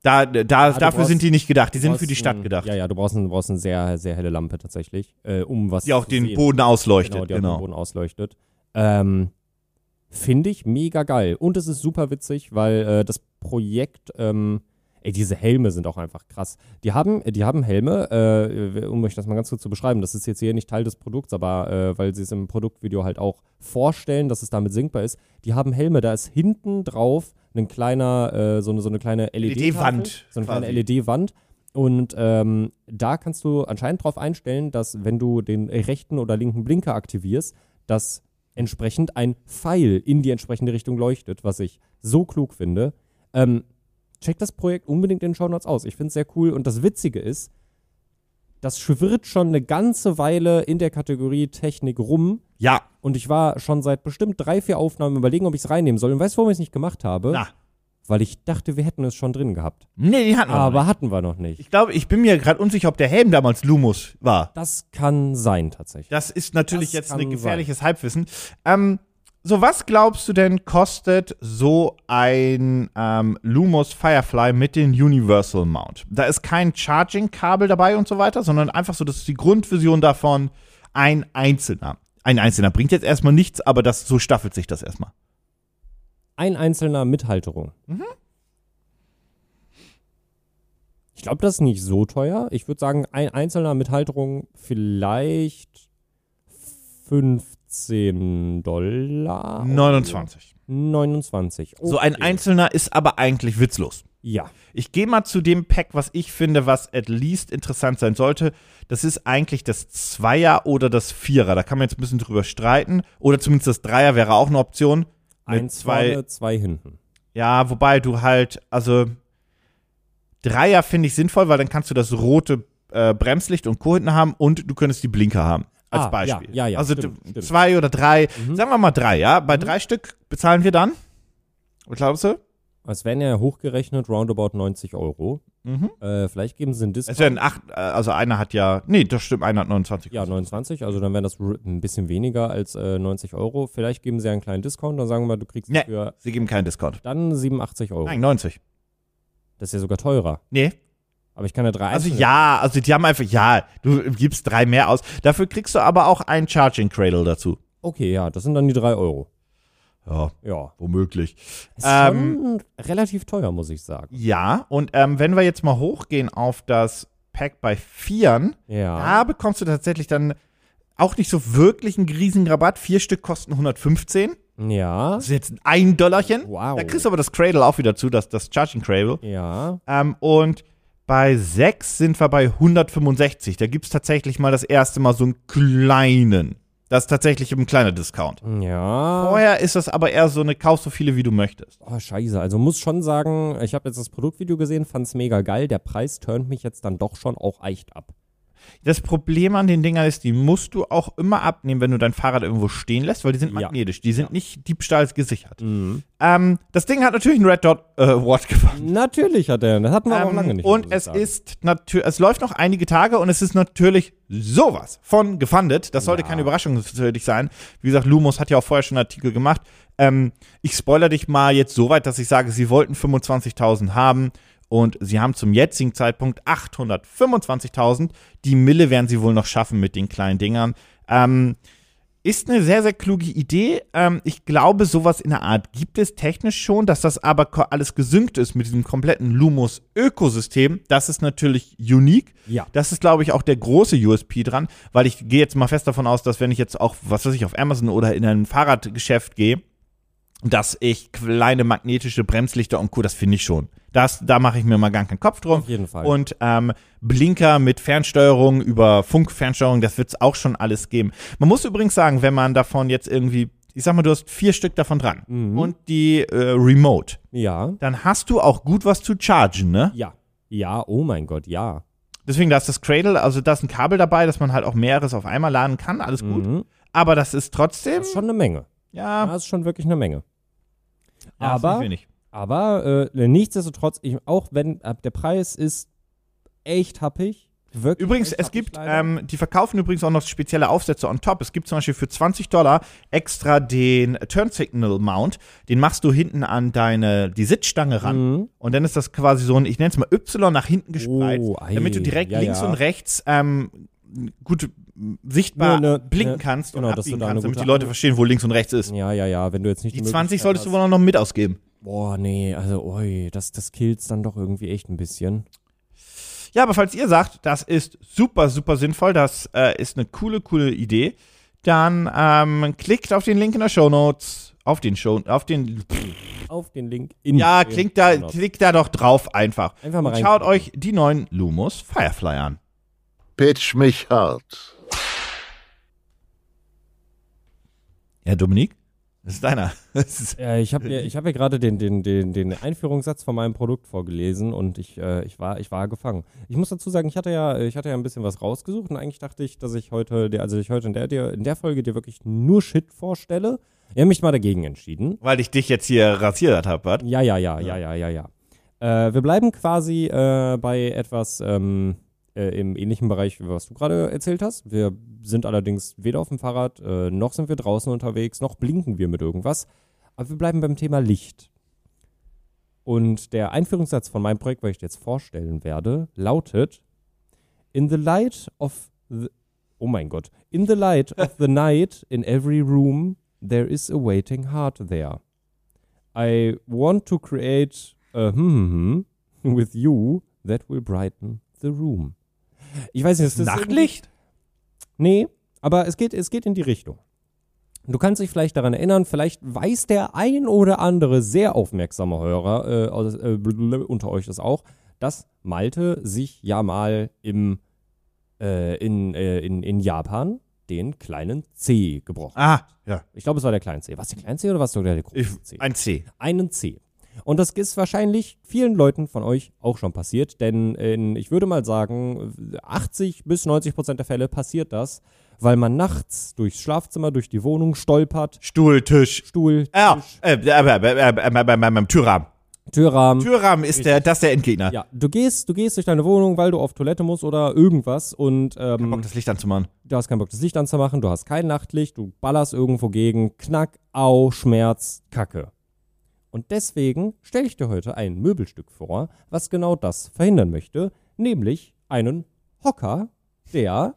B: Da, da,
C: Mhm. Ah, du
B: dafür
C: brauchst-
B: sind die nicht gedacht. Die
C: Du
B: sind
C: brauchst
B: für die Stadt
C: ein-
B: gedacht.
C: Ja, ja, du brauchst, ein, du brauchst eine sehr, sehr helle Lampe tatsächlich, äh, um was
B: Die auch
C: zu
B: den
C: sehen.
B: Boden ausleuchtet,
C: die
B: genau.
C: auf dem Boden ausleuchtet. Ähm, Finde ich mega geil. Und es ist super witzig, weil äh, das Projekt, ähm, ey, diese Helme sind auch einfach krass. Die haben, die haben Helme, äh, um euch das mal ganz kurz zu beschreiben, das ist jetzt hier nicht Teil des Produkts, aber äh, weil sie es im Produktvideo halt auch vorstellen, dass es damit sinkbar ist, die haben Helme, da ist hinten drauf ein kleiner, äh, so, eine, so eine kleine LED-Wand.
B: LED-Wand
C: So eine kleine
B: quasi.
C: LED-Wand. Und ähm, da kannst du anscheinend drauf einstellen, dass wenn du den rechten oder linken Blinker aktivierst, dass entsprechend ein Pfeil in die entsprechende Richtung leuchtet, was ich so klug finde. Ähm, check das Projekt unbedingt in den Shownotes aus. Ich finde es sehr cool. Und das Witzige ist, das schwirrt schon eine ganze Weile in der Kategorie Technik rum.
B: Ja,
C: Und ich war schon seit bestimmt drei, vier Aufnahmen überlegen, ob ich es reinnehmen soll. Und weißt du, warum ich es nicht gemacht habe?
B: na.
C: Weil ich dachte, wir hätten es schon drin gehabt.
B: Nee, die hatten wir noch nicht.
C: Aber hatten wir noch nicht.
B: Ich glaube, ich bin mir gerade unsicher, ob der Helm damals Lumos war.
C: Das kann sein, tatsächlich.
B: Das ist natürlich
C: Das
B: jetzt
C: kann
B: ein gefährliches Halbwissen. Ähm, so, was glaubst du denn, kostet so ein ähm, Lumos Firefly mit dem Universal Mount? Da ist kein Charging-Kabel dabei und so weiter, sondern einfach so, das ist die Grundvision davon, ein Einzelner. Ein Einzelner bringt jetzt erstmal nichts, aber das, so staffelt sich das erstmal.
C: Ein einzelner mit Halterung.
B: Mhm.
C: Ich glaube, das ist nicht so teuer. Ich würde sagen, ein einzelner mit Halterung vielleicht 15 Dollar.
B: 29.
C: 29.
B: So ein
C: Okay.
B: Einzelner ist aber eigentlich witzlos.
C: Ja.
B: Ich gehe mal zu dem Pack, was ich finde, was at least interessant sein sollte. Das ist eigentlich das Zweier oder das Vierer. Da kann man jetzt ein bisschen drüber streiten. Oder zumindest das Dreier wäre auch eine Option. Mit
C: Eins vorne, zwei hinten.
B: Ja, wobei du halt, also Dreier finde ich sinnvoll, weil dann kannst du das rote äh, Bremslicht und Co. hinten haben und du könntest die Blinker haben. Als
C: Ah,
B: Beispiel.
C: ja, ja, ja,
B: also
C: stimmt,
B: d-
C: stimmt. Mhm.
B: zwei oder drei. Sagen wir mal drei, ja. Bei drei Stück bezahlen wir dann. Was glaubst du?
C: Es wären ja hochgerechnet roundabout 90 Euro.
B: Mhm.
C: Äh, vielleicht geben sie einen Discount.
B: Es werden acht, äh, also einer hat ja, nee, das stimmt, einer hat 29.
C: Ja, 29, also dann wären das r- ein bisschen weniger als äh, 90 Euro. Vielleicht geben sie einen kleinen Discount, dann sagen wir mal, du kriegst
B: Nee.
C: für
B: Sie geben keinen Discount.
C: dann 87 Euro.
B: Nein, 90.
C: Das ist ja sogar teurer.
B: Nee.
C: Aber ich kann ja drei
B: Also
C: einzelne-
B: ja, also die haben einfach, ja, du gibst drei mehr aus. Dafür kriegst du aber auch einen Charging Cradle dazu.
C: Okay, ja, das sind dann die drei Euro.
B: Ja,
C: Ja.
B: womöglich.
C: Ist
B: Ähm,
C: schon relativ teuer, muss ich sagen.
B: ja, und ähm, wenn wir jetzt mal hochgehen auf das Pack bei Vieren,
C: Ja.
B: da bekommst du tatsächlich dann auch nicht so wirklich einen riesigen Rabatt. Vier Stück kosten 115.
C: Ja.
B: Das ist jetzt ein Dollarchen.
C: Wow.
B: Da kriegst du aber das Cradle auch wieder zu, das, das Charging Cradle.
C: Ja.
B: Ähm, und bei 6 sind wir bei 165. Da gibt es tatsächlich mal das erste Mal so einen kleinen. Das ist tatsächlich ein kleiner Discount.
C: Ja.
B: Vorher ist das aber eher so eine Kauf so viele, wie du möchtest.
C: Oh, scheiße. Also muss schon sagen, ich habe jetzt das Produktvideo gesehen, fand's mega geil. Der Preis turnt mich jetzt dann doch schon auch echt ab.
B: Das Problem an den Dingern ist, die musst du auch immer abnehmen, wenn du dein Fahrrad irgendwo stehen lässt, weil die sind
C: Ja. Mhm.
B: magnetisch. Die sind nicht diebstahlsgesichert. Ähm, das Ding hat natürlich einen Red Dot äh, Award gewonnen.
C: Natürlich hat er. Das hatten wir auch
B: Ähm,
C: lange nicht.
B: und
C: muss ich
B: es
C: sagen.
B: ist natürlich, es läuft noch einige Tage und es ist natürlich sowas von gefundet. Das sollte
C: Ja.
B: keine Überraschung für dich sein. Wie gesagt, Lumos hat ja auch vorher schon einen Artikel gemacht. Ähm, ich spoiler dich mal jetzt so weit, dass ich sage, sie wollten 25.000 haben und sie haben zum jetzigen Zeitpunkt 825.000. Die Mille werden sie wohl noch schaffen mit den kleinen Dingern. Ähm, ist eine sehr, sehr kluge Idee. Ähm, ich glaube, sowas in der Art gibt es technisch schon, dass das aber ko- alles gesynkt ist mit diesem kompletten Lumos-Ökosystem. Das ist natürlich unique.
C: Ja.
B: Das ist, glaube ich, auch der große USP dran, weil ich gehe jetzt mal fest davon aus, dass wenn ich jetzt auch, was weiß ich, auf Amazon oder in ein Fahrradgeschäft gehe, dass ich kleine magnetische Bremslichter und Co., das finde ich schon. Das, da mache ich mir mal gar keinen Kopf drum.
C: Auf jeden Fall.
B: Und ähm, Blinker mit Fernsteuerung über Funkfernsteuerung, das wird es auch schon alles geben. Man muss übrigens sagen, wenn man davon jetzt irgendwie, ich sag mal, du hast vier Stück davon dran
C: Mhm.
B: und die äh, Remote,
C: Ja.
B: dann hast du auch gut was zu chargen, ne?
C: Ja. Ja, oh mein Gott, ja.
B: Deswegen, da ist das Cradle, also da ist ein Kabel dabei, dass man halt auch mehreres auf einmal laden kann, alles gut.
C: Mhm.
B: Aber das ist trotzdem,
C: Das ist schon eine Menge.
B: ja,
C: Das ist schon wirklich eine Menge.
B: ja, ist nicht
C: aber-
B: wenig.
C: Aber äh, nichtsdestotrotz, ich, auch wenn äh, der Preis ist echt happig. Wirklich
B: Übrigens,
C: echt
B: es
C: happig
B: gibt,
C: leider.
B: ähm, die verkaufen übrigens auch noch spezielle Aufsätze on top. Es gibt zum Beispiel für 20 Dollar extra den Turn Signal Mount. Den machst du hinten an deine, die Sitzstange ran.
C: Mhm.
B: Und dann ist das quasi so ein, ich nenne es mal Y nach hinten gespreizt,
C: Oh, ei,
B: damit du direkt
C: ja,
B: links
C: ja.
B: und rechts ähm, gut sichtbar
C: Ne, ne,
B: blinken
C: ne.
B: kannst
C: Genau,
B: und
C: das ist
B: abbiegen
C: da eine
B: kannst, damit
C: gute
B: die Leute
C: An-
B: verstehen, wo links und rechts ist.
C: Ja, ja, ja, wenn du jetzt nicht
B: Die
C: Möglichkeit
B: 20 solltest
C: hast.
B: du wohl auch noch mit ausgeben.
C: Boah, nee, also oi, das, das killt's dann doch irgendwie echt ein bisschen.
B: Ja, aber falls ihr sagt, das ist super, super sinnvoll, das äh, ist eine coole, coole Idee, dann ähm, klickt auf den Link in der Show Notes. Auf den Show, auf
C: [LAUGHS]
B: den.
C: Auf den Link in
B: ja,
C: den
B: klingt da,
C: Shownotes.
B: klickt da doch drauf einfach.
C: Einfach mal
B: Und schaut euch
C: reinklicken.
B: die neuen Lumos Firefly an.
A: Pitch mich hart.
B: Ja, Dominik? Das ist deiner. [LAUGHS] Das ist,
C: Äh, ich habe mir, ich hab mir gerade den, den, den, den Einführungssatz von meinem Produkt vorgelesen und ich, äh, ich, war, ich war gefangen. Ich muss dazu sagen, ich hatte ja, ich hatte ja ein bisschen was rausgesucht und eigentlich dachte ich, dass ich heute, dir- also ich heute in der, dir, in der Folge dir wirklich nur Shit vorstelle. Ich habe mich mal dagegen entschieden.
B: weil ich dich jetzt hier rasiert habe, was?
C: Ja, ja, ja, ja, ja, ja, ja. Äh, wir bleiben quasi äh, bei etwas ähm, äh, im ähnlichen Bereich, was du gerade erzählt hast. Wir sind allerdings weder auf dem Fahrrad, äh, noch sind wir draußen unterwegs, noch blinken wir mit irgendwas. Aber wir bleiben beim Thema Licht. Und der Einführungssatz von meinem Projekt, was ich dir jetzt vorstellen werde, lautet: In the light of the. Oh mein Gott. In the light of the night, in every room, there is a waiting heart there. I want to create a hmm, hmm with you that will brighten the room. Ich weiß nicht, ist das irgendwie-
B: Nachtlicht?
C: Nee, aber es geht, es geht in die Richtung. Du kannst dich vielleicht daran erinnern, vielleicht weiß der ein oder andere sehr aufmerksame Hörer äh, aus, äh, blblblb unter euch das auch, dass Malte sich ja mal im, äh, in, äh, in, in Japan den kleinen C gebrochen hat.
B: Ah, ja.
C: Ich glaube, es war der kleine C. War es der kleine C oder war es sogar der große
B: Ich,
C: C?
B: ein C.
C: einen C. Und das ist wahrscheinlich vielen Leuten von euch auch schon passiert, denn in, ich würde mal sagen, 80 bis 90 Prozent der Fälle passiert das, weil man nachts durchs Schlafzimmer, durch die Wohnung stolpert,
B: Stuhl, Tisch.
C: Stuhl,
B: Ja, äh, äh, äh, äh, äh, äh, beim- beim Türrahmen.
C: Türrahmen.
B: Türrahmen ist der, das ist der Endgegner.
C: Hm? ja, du gehst, du gehst durch deine Wohnung, weil du auf Toilette musst oder irgendwas und ähm,
B: Bock, das Licht anzumachen.
C: du hast keinen Bock, das Licht anzumachen, du hast kein Nachtlicht, du ballerst irgendwo gegen, knack, au, Schmerz, Kacke. Und deswegen stelle ich dir heute ein Möbelstück vor, was genau das verhindern möchte, nämlich einen Hocker, der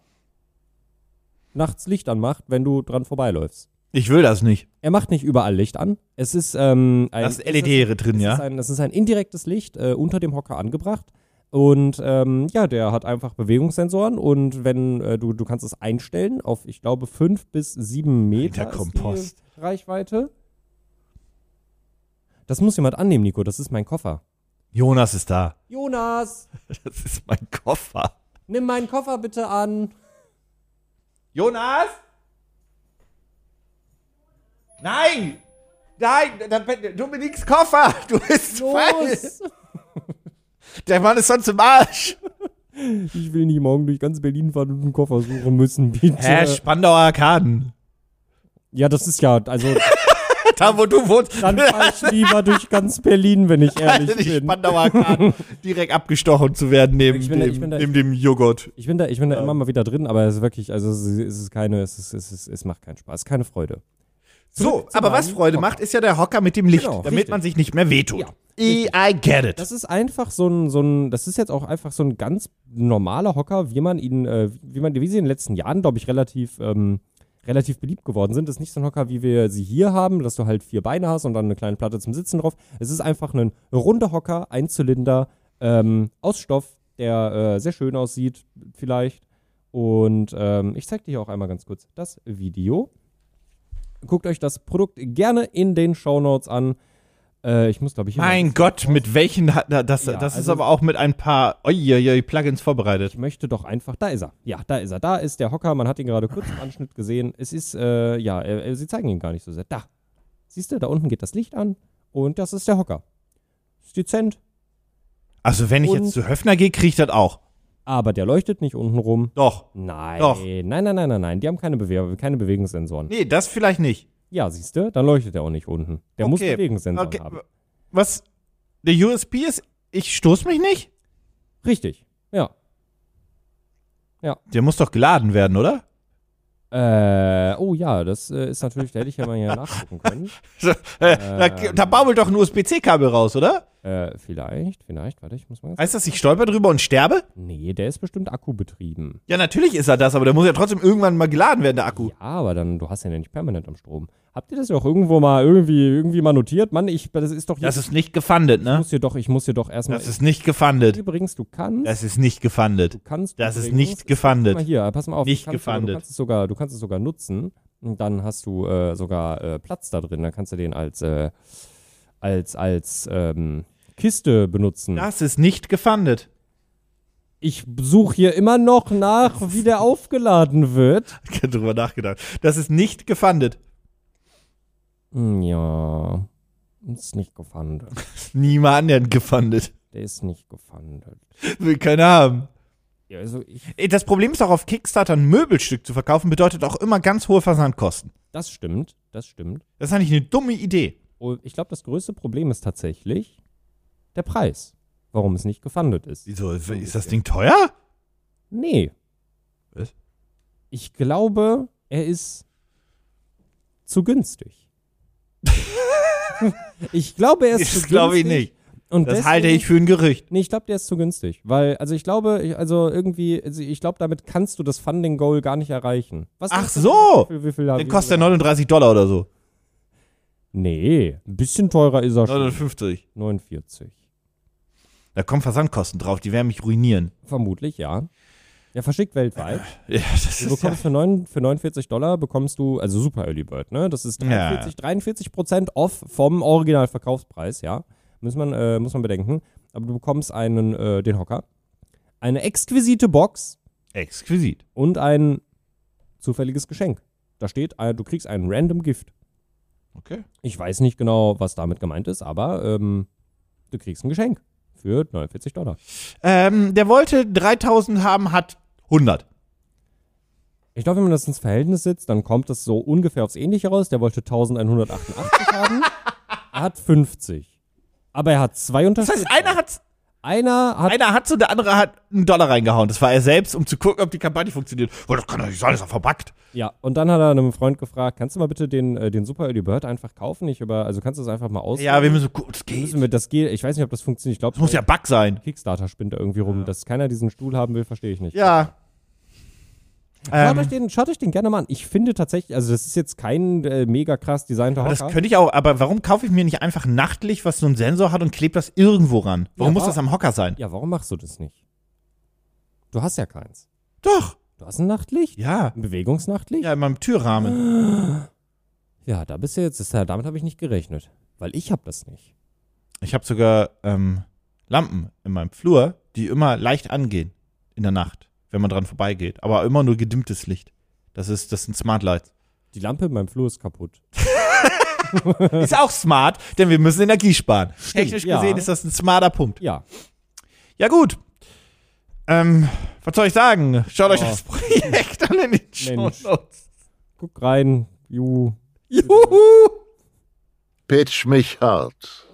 C: nachts Licht anmacht, wenn du dran vorbeiläufst.
B: Ich will das nicht.
C: Er macht nicht überall Licht an. Es ist ähm, ein
B: Das ist E
C: es ist-
B: LED drin,
C: es
B: ja?
C: Ist ein, das ist ein indirektes Licht äh, unter dem Hocker angebracht. Und ähm, ja, der hat einfach Bewegungssensoren und wenn äh, du, du kannst es einstellen auf, ich glaube, fünf bis sieben Meter
B: Alter Kompost.
C: Ist die Reichweite. Das muss jemand annehmen, Nico. Das ist mein Koffer.
B: Jonas ist da. [LAUGHS]
C: Jonas,
B: Das ist mein Koffer.
C: nimm meinen Koffer bitte an.
B: Jonas? Nein! Nein, da- Dominiks [LAUGHS] Koffer! Du bist falsch!
C: Los!
B: Der Mann ist sonst im Arsch!
C: Ich will nicht morgen durch ganz Berlin fahren und einen Koffer suchen müssen, bitte.
B: Hä, Spandauer Arkaden.
C: ja, das ist ja, also
B: [LAUGHS] Da, wo du wohnst. [LAUGHS]
C: dann fahr ich lieber durch ganz Berlin, wenn ich ehrlich
B: die
C: bin.
B: Spandauer
C: [LAUGHS]
B: Arkaden direkt abgestochen zu werden neben,
C: Ich bin da-
B: dem,
C: ich bin da-
B: neben dem Joghurt.
C: Ich bin da, ich bin da
B: Ähm.
C: immer mal wieder drin, aber es ist wirklich, also es ist, es ist keine, es ist, es ist, es macht keinen Spaß, keine Freude.
B: So,
C: Zurück zu
B: aber
C: meinem
B: was Freude
C: Hocker.
B: macht, ist ja der Hocker mit dem Licht,
C: Genau,
B: damit
C: richtig.
B: man sich nicht mehr wehtut.
C: Ja,
B: I, I get it.
C: Das ist einfach so ein, so ein, das ist jetzt auch einfach so ein ganz normaler Hocker, wie man ihn, äh, wie man, wie sie in den letzten Jahren, glaube ich, relativ, ähm, relativ beliebt geworden sind. Das ist nicht so ein Hocker, wie wir sie hier haben, dass du halt vier Beine hast und dann eine kleine Platte zum Sitzen drauf. Es ist einfach ein runder Hocker, ein Zylinder, ähm, aus Stoff, der äh, sehr schön aussieht, vielleicht. Und ähm, ich zeige dir auch einmal ganz kurz das Video. Guckt euch das Produkt gerne in den Shownotes an. Äh, ich muss, glaube ich, hier mal ein
B: mein
C: bisschen
B: Gott, mit welchen hat da- das,
C: Ja,
B: das ist
C: also-
B: aber auch mit ein paar oioioi, Plugins vorbereitet.
C: Ich möchte doch einfach, da ist er. Ja, da ist er. Da ist der Hocker. Man hat ihn gerade kurz im Anschnitt gesehen. Es ist, äh, ja, äh, äh, sie zeigen ihn gar nicht so sehr. Da. Siehst du, da unten geht das Licht an und das ist der Hocker. Ist dezent,
B: Also wenn ich
C: Und-
B: jetzt zu Höfner gehe, kriege ich das auch.
C: aber der leuchtet nicht unten rum.
B: Doch.
C: Nein.
B: Doch.
C: Nein, nein, nein, nein, nein. Die haben keine, Bewe keine Bewegungssensoren.
B: Nee, das vielleicht nicht.
C: Ja, siehst du, dann leuchtet er auch nicht unten. Der muss
B: Okay.
C: Bewegungssensoren
B: Okay.
C: haben.
B: Was der USP ist, ich stoß mich nicht?
C: Richtig. Ja.
B: Der muss doch geladen werden, oder? [LAUGHS]
C: Äh, oh ja, das äh, ist natürlich, da hätte ich ja mal hier nachgucken
B: [LAUGHS]
C: können.
B: So, äh, da, da baumelt doch ein USB-C-Kabel raus, oder?
C: Äh, vielleicht, vielleicht, warte, ich muss mal.
B: Heißt das, ich stolper drüber und sterbe?
C: Nee, der ist bestimmt akkubetrieben.
B: Ja, natürlich ist er das, aber der muss ja trotzdem irgendwann mal geladen werden, der Akku.
C: Ja, aber dann, du hast den ja nicht permanent am Strom. Habt ihr das ja auch irgendwo mal irgendwie, irgendwie mal notiert? Mann, ich, das ist doch
B: Das ist nicht gefundet,
C: ich
B: ne?
C: muss hier doch, ich muss hier doch erstmal.
B: Das ist nicht gefundet.
C: übrigens, du kannst,
B: Das ist nicht
C: du
B: gefundet.
C: kannst.
B: Das ist
C: übrigens-
B: nicht
C: Guck mal
B: gefundet.
C: hier, pass mal auf.
B: Nicht
C: du kannst, sogar, du
B: gefundet.
C: kannst es sogar, du kannst es sogar nutzen. Und dann hast du äh, sogar äh, Platz da drin. Dann kannst du den als, äh, als, als ähm, Kiste benutzen.
B: Das ist nicht gefundet.
C: Ich suche hier immer noch nach, wie der aufgeladen wird.
B: Ich hab drüber nachgedacht. Das ist nicht gefundet.
C: Hm, Ja, ist nicht gefunden.
B: Niemand anderen gefundet.
C: Der ist nicht gefunden.
B: Will keiner haben.
C: Ja, also ich
B: Ey, Das Problem ist auch, auf Kickstarter ein Möbelstück zu verkaufen, bedeutet auch immer ganz hohe Versandkosten.
C: Das stimmt, das stimmt.
B: Das ist eigentlich eine dumme Idee.
C: Und ich glaube, das größte Problem ist tatsächlich der Preis. Warum es nicht gefundet ist.
B: Wieso? Ist das Ding teuer?
C: Nee.
B: Was?
C: Ich glaube, er ist
B: [LAUGHS]
C: zu günstig. ich glaube, er ist zu
B: Das
C: günstig.
B: glaube ich nicht.
C: Und
B: Das
C: deswegen-
B: halte ich für ein Gerücht.
C: Nee, ich glaube, der ist zu günstig. Weil, also ich glaube, ich, also irgendwie, also ich glaube, damit kannst du das Funding-Goal gar nicht erreichen. Was
B: Ach
C: ist-
B: so.
C: Wie viel, wie viel haben
B: Dann
C: wir
B: kostet er
C: gesagt?
B: 39 Dollar oder so.
C: Nee, ein bisschen teurer ist er schon.
B: 59.
C: 49.
B: Da kommen Versandkosten drauf, die werden mich ruinieren.
C: Vermutlich, ja. Ja, verschickt weltweit.
B: Ja, Äh, das
C: Du
B: ist ja,
C: bekommst für, neun, für 49 Dollar bekommst du, also Super Early Bird, ne? Das ist
B: Ja.
C: 43, 43 Prozent off vom Originalverkaufspreis, ja. Muss man, äh, muss man bedenken. Aber du bekommst einen, äh, den Hocker, eine exquisite Box
B: exquisit.
C: und ein zufälliges Geschenk. Da steht, äh, du kriegst ein random Gift.
B: Okay.
C: Ich weiß nicht genau, was damit gemeint ist, aber ähm, du kriegst ein Geschenk für 49 Dollar.
B: Ähm, der wollte 3000 haben, hat 100.
C: Ich glaube, wenn man das ins Verhältnis setzt, dann kommt das so ungefähr aufs Ähnliche raus. Der wollte 1188
B: [LAUGHS]
C: haben. Er hat 50. Aber er hat zwei
B: Das heißt,
C: Unterstützer.
B: einer hat's,
C: Einer hat.
B: einer hat's und der andere hat einen Dollar reingehauen. Das war er selbst, um zu gucken, ob die Kampagne funktioniert. Boah, das kann doch nicht sein, das ist doch verbackt.
C: Ja, und dann hat er einem Freund gefragt: Kannst du mal bitte den, äh, den Super Early Bird einfach kaufen? Ich über, also kannst du das einfach mal aus.
B: Ja, wir müssen, gut, das
C: müssen
B: geht.
C: wir das geht. Ich weiß nicht, ob das funktioniert. Ich glaube,
B: Das muss ja Bug sein.
C: Kickstarter spinnt da irgendwie rum. Dass keiner diesen Stuhl haben will, verstehe ich nicht.
B: Ja.
C: Schaut,
B: Ähm,
C: euch den, schaut euch den gerne mal an. Ich finde tatsächlich, also das ist jetzt kein äh, mega krass designter
B: aber
C: Hocker.
B: das könnte ich auch, aber warum kaufe ich mir nicht einfach nachtlich, was so einen Sensor hat und klebe das irgendwo ran? Warum
C: Ja,
B: muss
C: wa-
B: das am Hocker sein?
C: ja, warum machst du das nicht? Du hast ja keins.
B: Doch.
C: Du hast ein Nachtlicht?
B: Ja.
C: Ein Bewegungsnachtlicht?
B: Ja, in meinem Türrahmen.
C: Ja, da bist du jetzt. Ist, ja- damit habe ich nicht gerechnet. Weil ich habe das nicht.
B: Ich habe sogar ähm, Lampen in meinem Flur, die immer leicht angehen in der Nacht, wenn man dran vorbeigeht. Aber immer nur gedimmtes Licht. Das ist, das sind Smart Lights.
C: Die Lampe in meinem Flur ist kaputt.
B: Ist auch smart, denn wir müssen Energie sparen. Technisch
C: ja.
B: gesehen ist das ein smarter Punkt.
C: Ja.
B: Ja, gut. Ähm, was soll ich sagen? Oh. Schaut euch das Projekt an in den
C: Mensch.
B: Shownotes.
C: Guck rein, Ju.
B: Juhu!
A: Pitch mich hart.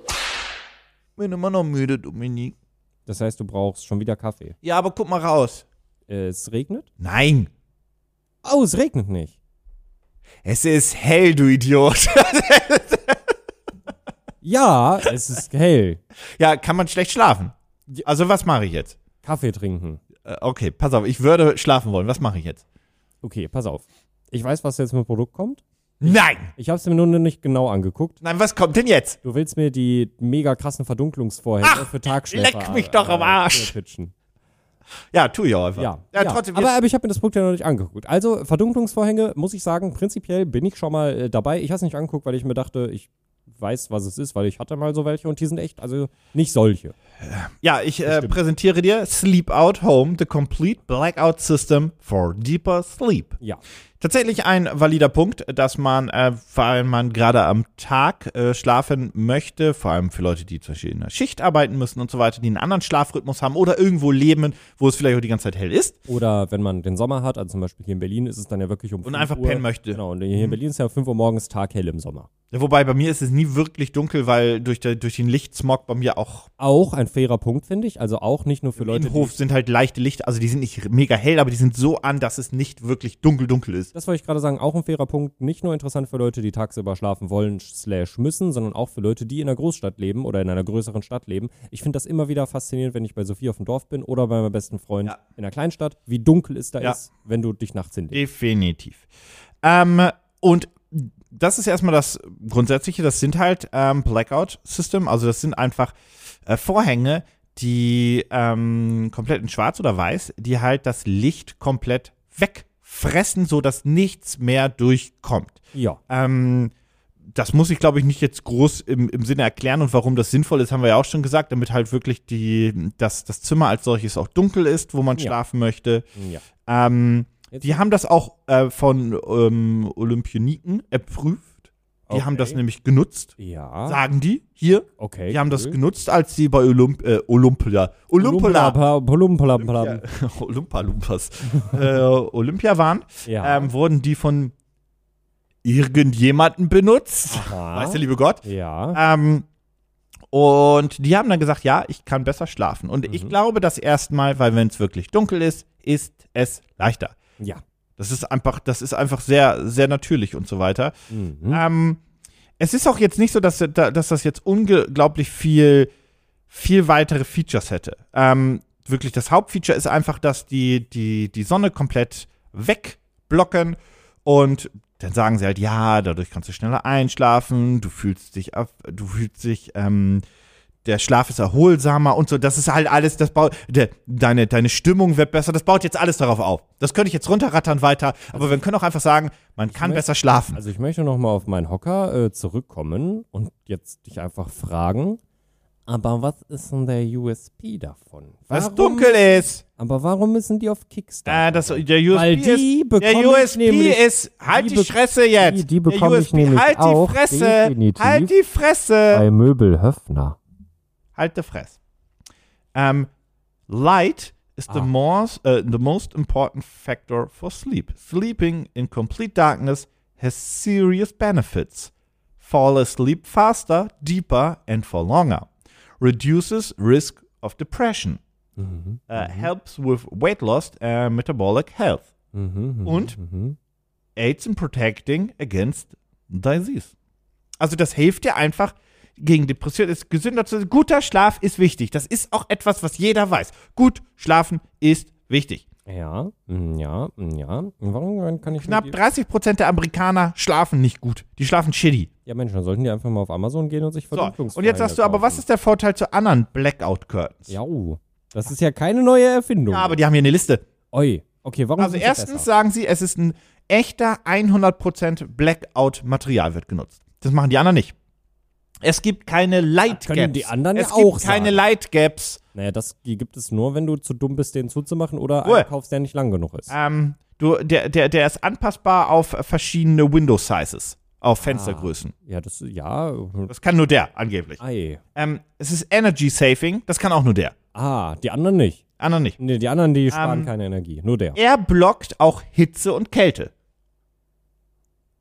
B: Bin immer noch müde, Dominik.
C: Das heißt, du brauchst schon wieder Kaffee.
B: Ja, aber guck mal raus.
C: Äh, es regnet?
B: Nein.
C: Oh, es regnet nicht.
B: Es ist hell, du Idiot. [LAUGHS]
C: Ja, es ist hell.
B: ja, kann man schlecht schlafen. Also, was mache ich jetzt?
C: Kaffee trinken.
B: Äh, okay, pass auf, ich würde schlafen wollen. Was mache ich jetzt?
C: Okay, pass auf. Ich weiß, was jetzt mit dem Produkt kommt.
B: Nein!
C: Ich habe es mir nur noch nicht genau angeguckt.
B: Nein, was kommt denn jetzt?
C: Du willst mir die mega krassen Verdunklungsvorhänge
B: Ach,
C: für Tagschläfer äh,
B: leck mich doch am Arsch.
C: pitchen.
B: Ja, tu ich auch einfach.
C: Ja,
B: ja, trotzdem.
C: aber,
B: jetzt-
C: aber ich habe mir das Produkt ja noch nicht angeguckt. Also Verdunklungsvorhänge, muss ich sagen, prinzipiell bin ich schon mal äh, dabei. Ich habe es nicht angeguckt, weil ich mir dachte, ich weiß, was es ist, weil ich hatte mal so welche und die sind echt, also nicht solche.
B: ja, ich äh, präsentiere dir Sleep Out Home, the complete blackout system for deeper sleep.
C: Ja.
B: Tatsächlich ein valider Punkt, dass man, äh, vor allem man gerade am Tag äh, schlafen möchte, vor allem für Leute, die zum Beispiel in einer Schicht arbeiten müssen und so weiter, die einen anderen Schlafrhythmus haben oder irgendwo leben, wo es vielleicht auch die ganze Zeit hell ist.
C: Oder wenn man den Sommer hat, also zum Beispiel hier in Berlin ist es dann ja wirklich um
B: Und
C: 5
B: einfach
C: Uhr.
B: pennen möchte. Mhm.
C: Genau, und hier in Berlin ist ja um 5 Uhr morgens taghell im Sommer.
B: Wobei bei mir ist es nie wirklich dunkel, weil durch, der, durch den Lichtsmog bei mir auch
C: Auch ein fairer Punkt, finde ich. Also auch nicht nur für Leute,
B: im Hof sind halt leichte Lichter, also die sind nicht mega hell, aber die sind so an, dass es nicht wirklich dunkel dunkel ist.
C: Das wollte ich gerade sagen, auch ein fairer Punkt. Nicht nur interessant für Leute, die tagsüber schlafen wollen, slash müssen, sondern auch für Leute, die in einer Großstadt leben oder in einer größeren Stadt leben. Ich finde das immer wieder faszinierend, wenn ich bei Sophie auf dem Dorf bin oder bei meinem besten Freund
B: Ja.
C: in einer Kleinstadt, wie dunkel es da
B: Ja.
C: ist, wenn du dich nachts hinlegst.
B: Definitiv. Ähm, und das ist erstmal das Grundsätzliche, das sind halt ähm, Blackout-System, also das sind einfach äh, Vorhänge, die ähm, komplett in schwarz oder weiß, die halt das Licht komplett wegfressen, sodass nichts mehr durchkommt.
C: Ja.
B: Ähm, das muss ich, glaube ich, nicht jetzt groß im, im Sinne erklären und warum das sinnvoll ist, haben wir ja auch schon gesagt, damit halt wirklich die, dass das Zimmer als solches auch dunkel ist, wo man
C: Ja.
B: schlafen möchte.
C: ja.
B: Ähm,
C: Jetzt-
B: die haben das auch äh, von ähm, Olympioniken erprüft. Die haben das
C: Okay.
B: nämlich genutzt,
C: Ja.
B: sagen die hier.
C: Okay.
B: Die haben das genutzt, als sie bei Olymp äh, Olympia, Olympia,
C: Olumpola.
B: [LAUGHS] Olympia, Lumpas, äh, Olympia waren,
C: Ja.
B: ähm, wurden die von irgendjemanden benutzt.
C: Aha.
B: Weiß der liebe Gott.
C: Ah. ja.
B: Ähm, und die haben dann gesagt, ja, ich kann besser schlafen. Und ich
C: Mhm.
B: glaube das erstmal, weil wenn es wirklich dunkel ist, ist es leichter.
C: Ja.
B: Das ist einfach, das ist einfach sehr, sehr natürlich und so weiter.
C: Mhm.
B: Ähm, es ist auch jetzt nicht so, dass, da- dass das jetzt unglaublich viel, viel weitere Features hätte. Ähm, wirklich, das Hauptfeature ist einfach, dass die, die, die Sonne komplett wegblocken und dann sagen sie halt, ja, dadurch kannst du schneller einschlafen, du fühlst dich ab, du fühlst dich, ähm, der Schlaf ist erholsamer und so. Das ist halt alles, das baut, de, deine, deine Stimmung wird besser, das baut jetzt alles darauf auf. Das könnte ich jetzt runterrattern weiter, aber wir können auch einfach sagen, man kann
C: möchte-
B: besser schlafen.
C: Also ich möchte nochmal auf meinen Hocker äh, zurückkommen und jetzt dich einfach fragen, aber was ist denn der USP davon?
B: Was
C: Warum-
B: dunkel ist.
C: Aber warum müssen die auf Kickstarter?
B: Äh, das, der USP
C: Weil die
B: ist,
C: bekomme
B: der
C: ich
B: USP
C: nämlich-
B: ist, halt
C: die
B: die,
C: be-
B: Fresse jetzt.
C: die bekomme
B: der
C: ich
B: USP,
C: nämlich
B: halt
C: auch,
B: die Fresse,
C: definitiv.
B: halt die Fresse,
C: bei Möbelhöfner.
B: halt die Fresse. Ähm, light is the,
C: Ah.
B: most, äh, the most important factor for sleep. Sleeping in complete darkness has serious benefits. Fall asleep faster, deeper and for longer. Reduces risk of depression.
C: Mhm.
B: Uh, helps with weight loss and metabolic health.
C: Mhm, mhm,
B: Und?
C: Mhm.
B: aids in protecting against disease. Also das hilft dir einfach gegen Depressionen, ist gesünder zu Guter Schlaf ist wichtig. Das ist auch etwas, was jeder weiß. Gut schlafen ist wichtig.
C: Ja, mm, ja, mm, ja. Und Warum kann ich mir
B: Knapp
C: die-
B: 30 Prozent der Amerikaner schlafen nicht gut. Die schlafen shitty.
C: Ja, Mensch, dann sollten die einfach mal auf Amazon gehen und sich
B: So,
C: Verdunklungsvorhänge
B: und jetzt sagst du aber, was ist der Vorteil zu anderen Blackout Curtains?
C: Ja, uh, das ist ja keine neue Erfindung.
B: Ja, aber die haben hier eine Liste.
C: Oi. Okay, warum
B: Also
C: sind sie
B: erstens
C: besser?
B: sagen sie, es ist ein echter 100% Blackout Material wird genutzt. Das machen die anderen nicht. Es gibt keine Light Gaps.
C: können die anderen ja
B: es gibt
C: auch
B: keine
C: sagen.
B: Light Gaps.
C: Naja, das die gibt es nur, wenn du zu dumm bist, den zuzumachen oder
B: Ruhe.
C: einen kaufst, der nicht lang genug ist.
B: Ähm, du, der, der, der ist anpassbar auf verschiedene Window Sizes,
C: Ah.
B: auf Fenstergrößen.
C: Ja, das, ja. äh,
B: Das kann nur der angeblich.
C: Ei.
B: Ähm, es ist Energy Saving, das kann auch nur der.
C: Ah, die anderen nicht.
B: Anderen nicht.
C: Nee, die anderen, die sparen
B: Ähm,
C: keine Energie. Nur der.
B: Er blockt auch Hitze und Kälte.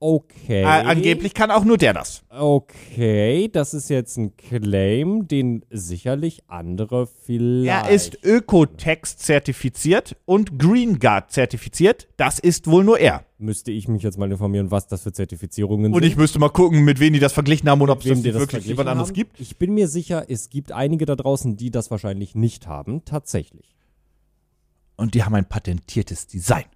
C: Okay.
B: Äh, angeblich kann auch nur der das.
C: Okay, das ist jetzt ein Claim, den sicherlich andere vielleicht.
B: Er ist Ökotex zertifiziert und Green Guard zertifiziert. Das ist wohl nur er.
C: Müsste ich mich jetzt mal informieren, was das für Zertifizierungen
B: Und
C: sind.
B: ich müsste mal gucken, mit wem die das verglichen haben und ob es
C: wem
B: das
C: die das
B: wirklich jemand
C: verglichen
B: anderes
C: haben.
B: gibt.
C: Ich bin mir sicher, es gibt einige da draußen, die das wahrscheinlich nicht haben, tatsächlich.
B: Und die haben ein patentiertes Design.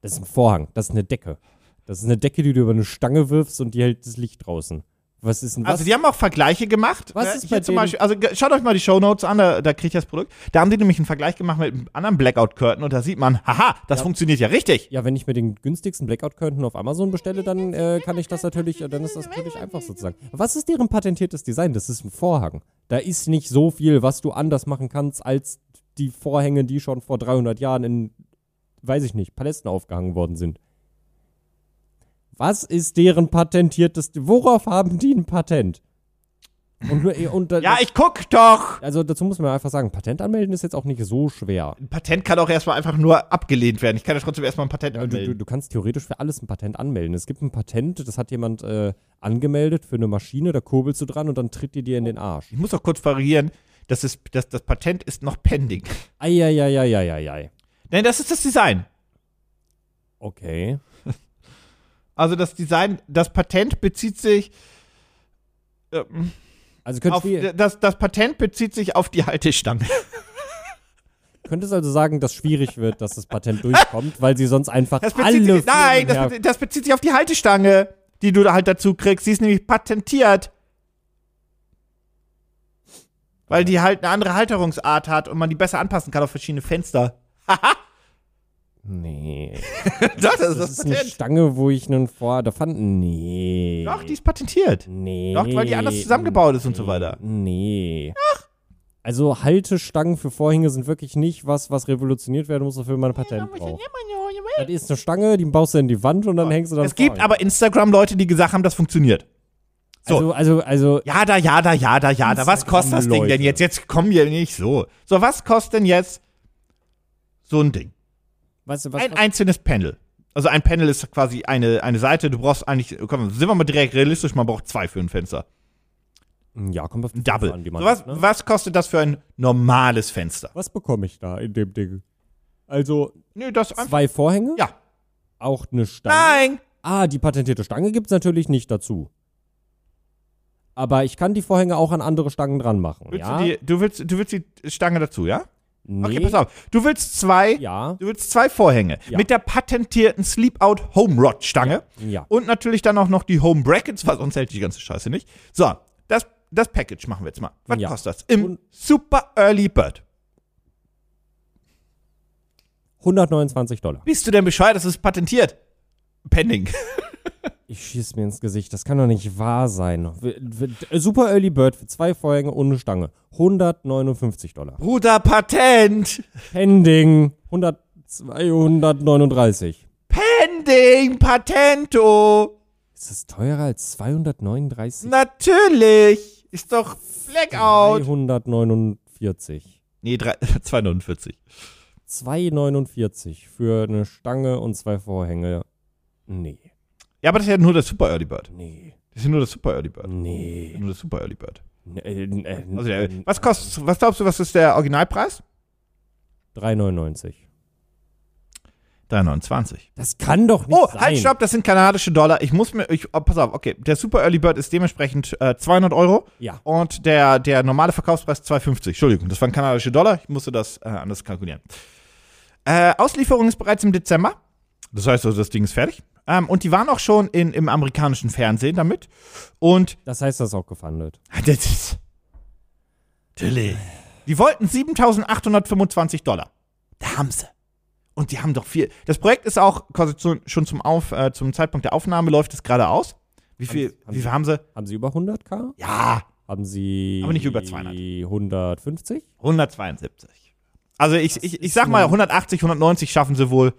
C: Das ist ein Vorhang, das ist eine Decke. Das ist eine Decke, die du über eine Stange wirfst und die hält das Licht draußen. Was ist denn was?
B: Also die haben auch Vergleiche gemacht.
C: Was
B: Äh,
C: ist
B: hier
C: bei
B: zum
C: denen-
B: Beispiel, also ge- schaut euch mal die Shownotes an, da, da kriegt ihr das Produkt. Da haben die nämlich einen Vergleich gemacht mit einem anderen Blackout-Curtain und da sieht man, haha, das funktioniert ja richtig.
C: ja, wenn ich mir den günstigsten Blackout-Curtain auf Amazon bestelle, dann äh, kann ich das natürlich, äh, dann ist das natürlich einfach sozusagen. Was ist deren patentiertes Design? Das ist ein Vorhang. Da ist nicht so viel, was du anders machen kannst, als die Vorhänge, die schon vor 300 Jahren in, weiß ich nicht, Palästen aufgehangen worden sind. Was ist deren patentiertes, worauf haben die ein Patent? Und, nur- äh, und, da-
B: Ja, ich guck doch.
C: also dazu muss man einfach sagen, Patent anmelden ist jetzt auch nicht so schwer.
B: Ein Patent kann auch erstmal einfach nur abgelehnt werden. Ich kann ja trotzdem erstmal ein Patent
C: Ja, du, du,
B: anmelden.
C: du kannst theoretisch für alles ein Patent anmelden. Es gibt ein Patent, das hat jemand äh, angemeldet für eine Maschine, da kurbelst du dran und dann tritt die dir in den Arsch.
B: Ich muss auch kurz variieren, das, ist, das, das Patent ist noch pending.
C: Eieieiei.
B: Nein, das ist das Design.
C: Okay.
B: Also das Design, das Patent bezieht sich ähm,
C: Also könntest
B: auf,
C: du,
B: das, das Patent bezieht sich auf die Haltestange.
C: könntest also sagen, dass schwierig wird, dass
B: [LAUGHS]
C: das Patent durchkommt, weil sie sonst einfach
B: Das bezieht
C: alle
B: sich, nein, das,
C: Firmen
B: bezieht- das bezieht sich auf die Haltestange, die du da halt dazu kriegst. Sie ist nämlich patentiert. Weil die halt eine andere Halterungsart hat und man die besser anpassen kann auf verschiedene Fenster. [LAUGHS]
C: her- Nee.
B: Das ist
C: Das ist eine Stange, wo ich einen vor... Da fand... Nee.
B: Doch, die ist patentiert.
C: Nee.
B: Doch, weil die anders zusammengebaut ist und so weiter.
C: Nee. Also Haltestangen für Vorhänge sind wirklich nicht was, was revolutioniert werden muss, dafür man ein Patent braucht. Das ist eine Stange, die baust du in die Wand und dann hängst du dann
B: Es gibt
C: Vorhang.
B: aber Instagram-Leute, die gesagt haben, das funktioniert. so.
C: Also, also, also,
B: Ja, da, ja, da, ja, da, ja, da. Was kostet das Ding denn
C: Leute.
B: jetzt? Jetzt kommen wir nicht so. So, was kostet denn jetzt so ein Ding?
C: weißt du, was,
B: Ein
C: was,
B: einzelnes Panel. Also ein Panel ist quasi eine, eine Seite. Du brauchst eigentlich, komm, sind wir mal direkt realistisch, man braucht zwei für ein Fenster.
C: Hm, ja, kommt auf die
B: Ein Double.
C: Fenster an, die
B: So
C: man
B: was,
C: hat, ne?
B: was kostet das für ein normales Fenster?
C: was bekomme ich da in dem Ding? Also,
B: Nö, das einfach.
C: zwei Vorhänge,
B: Ja.
C: auch eine Stange.
B: Nein!
C: Ah, die patentierte Stange gibt's natürlich nicht dazu. Aber ich kann die Vorhänge auch an andere Stangen dran machen,
B: Willst
C: ja?
B: du, die, du, willst, du willst die Stange dazu, ja?
C: nee,
B: Okay, pass auf. Du willst zwei,
C: Ja,
B: du willst zwei Vorhänge.
C: Ja.
B: Mit der patentierten Sleepout Home Rod Stange.
C: ja.
B: Und natürlich dann auch noch die Home Brackets, weil sonst hält die ganze Scheiße nicht. So, das, das Package machen wir jetzt mal. Was
C: Ja.
B: kostet das? Im
C: Und-
B: Super Early Bird.
C: 129 Dollar.
B: Bist du denn bescheuert? Das ist patentiert.
C: [LAUGHS]
B: Pending.
C: Ich schieß mir ins Gesicht. Das kann doch nicht wahr sein. W- w- Super Early Bird für zwei Vorhänge ohne Stange. 159 Dollar.
B: Bruder, Patent.
C: Pending 100, 239.
B: Pending, Patento.
C: Ist das teurer als 239?
B: Natürlich. Ist doch Blackout.
C: 349.
B: Nee, drei- [LAUGHS] 249.
C: 249 für eine Stange und zwei Vorhänge. Nee,
B: Ja, aber das ist ja nur das Super Early Bird.
C: nee,
B: Das ist ja nur das Super Early Bird.
C: nee.
B: Nur das Super Early Bird.
C: N- äh, n- äh,
B: Also der,
C: n-
B: was kostet, was glaubst du, was ist der Originalpreis?
C: 399.
B: 3,29.
C: Das kann doch nicht
B: Oh,
C: sein.
B: halt, stopp, das sind kanadische Dollar. Ich muss mir, ich, oh, pass auf, okay. Der Super Early Bird ist dementsprechend äh, 200 Euro
C: Ja.
B: und der, der normale Verkaufspreis 2,50. Entschuldigung, das waren kanadische Dollar. Ich musste das äh, anders kalkulieren. Äh, Auslieferung ist bereits im Dezember. Das heißt also, das Ding ist fertig. Ähm, und die waren auch schon in, im amerikanischen Fernsehen damit. Und
C: Das heißt, das ist auch gefundet.
B: [LAUGHS] das ist. Natürlich. Die wollten 7825 Dollar. Da haben sie. Und die haben doch viel. Das Projekt ist auch quasi zu, schon zum, Auf, äh, zum Zeitpunkt der Aufnahme läuft es gerade aus. Wie viel,
C: haben
B: wie
C: sie-
B: viel haben sie?
C: Haben Sie über 100k?
B: Ja,
C: Haben Sie.
B: Aber nicht über 200.
C: 150?
B: 172. Also ich, ich, ich sag mal,
C: nur-
B: 180, 190 schaffen sie wohl.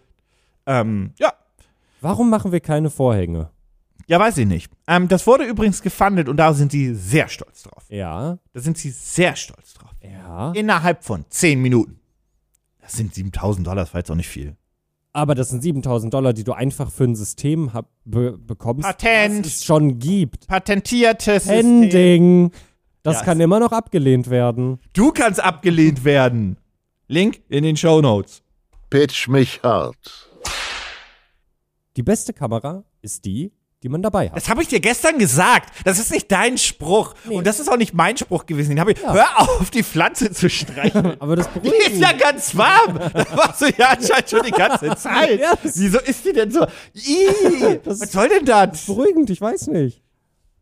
B: Ähm, ja,
C: Warum machen wir keine Vorhänge?
B: ja, weiß ich nicht. Ähm, das wurde übrigens gefundet und da sind sie sehr stolz drauf.
C: Ja,
B: Da sind sie sehr stolz drauf.
C: ja.
B: Innerhalb von 10 Minuten. Das sind 7000 Dollar, das war jetzt auch nicht viel.
C: Aber das sind 7000 Dollar, die du einfach für ein System hab, be bekommst,
B: Patent.
C: das es schon gibt.
B: Patentiertes
C: Pending. Das
B: Ja,
C: kann immer noch abgelehnt werden.
B: Du kannst abgelehnt werden. Link in den Show Notes.
A: Pitch mich hart.
C: Die beste Kamera ist die, die man dabei hat.
B: Das habe ich dir gestern gesagt. Das ist nicht dein Spruch.
C: Nee.
B: Und das ist auch nicht mein Spruch gewesen. Den habe ich. Hör auf, die Pflanze zu
C: [LAUGHS]
B: streicheln.
C: Aber das
B: Die [LAUGHS] ist
C: beruhigt.
B: ja ganz warm. Das machst du ja anscheinend schon die
C: [LAUGHS]
B: ganze Zeit.
C: Ja, das-
B: Wieso ist die denn so? Ih,
C: [LAUGHS] Das-
B: was soll denn das?
C: Beruhigend, ich weiß nicht.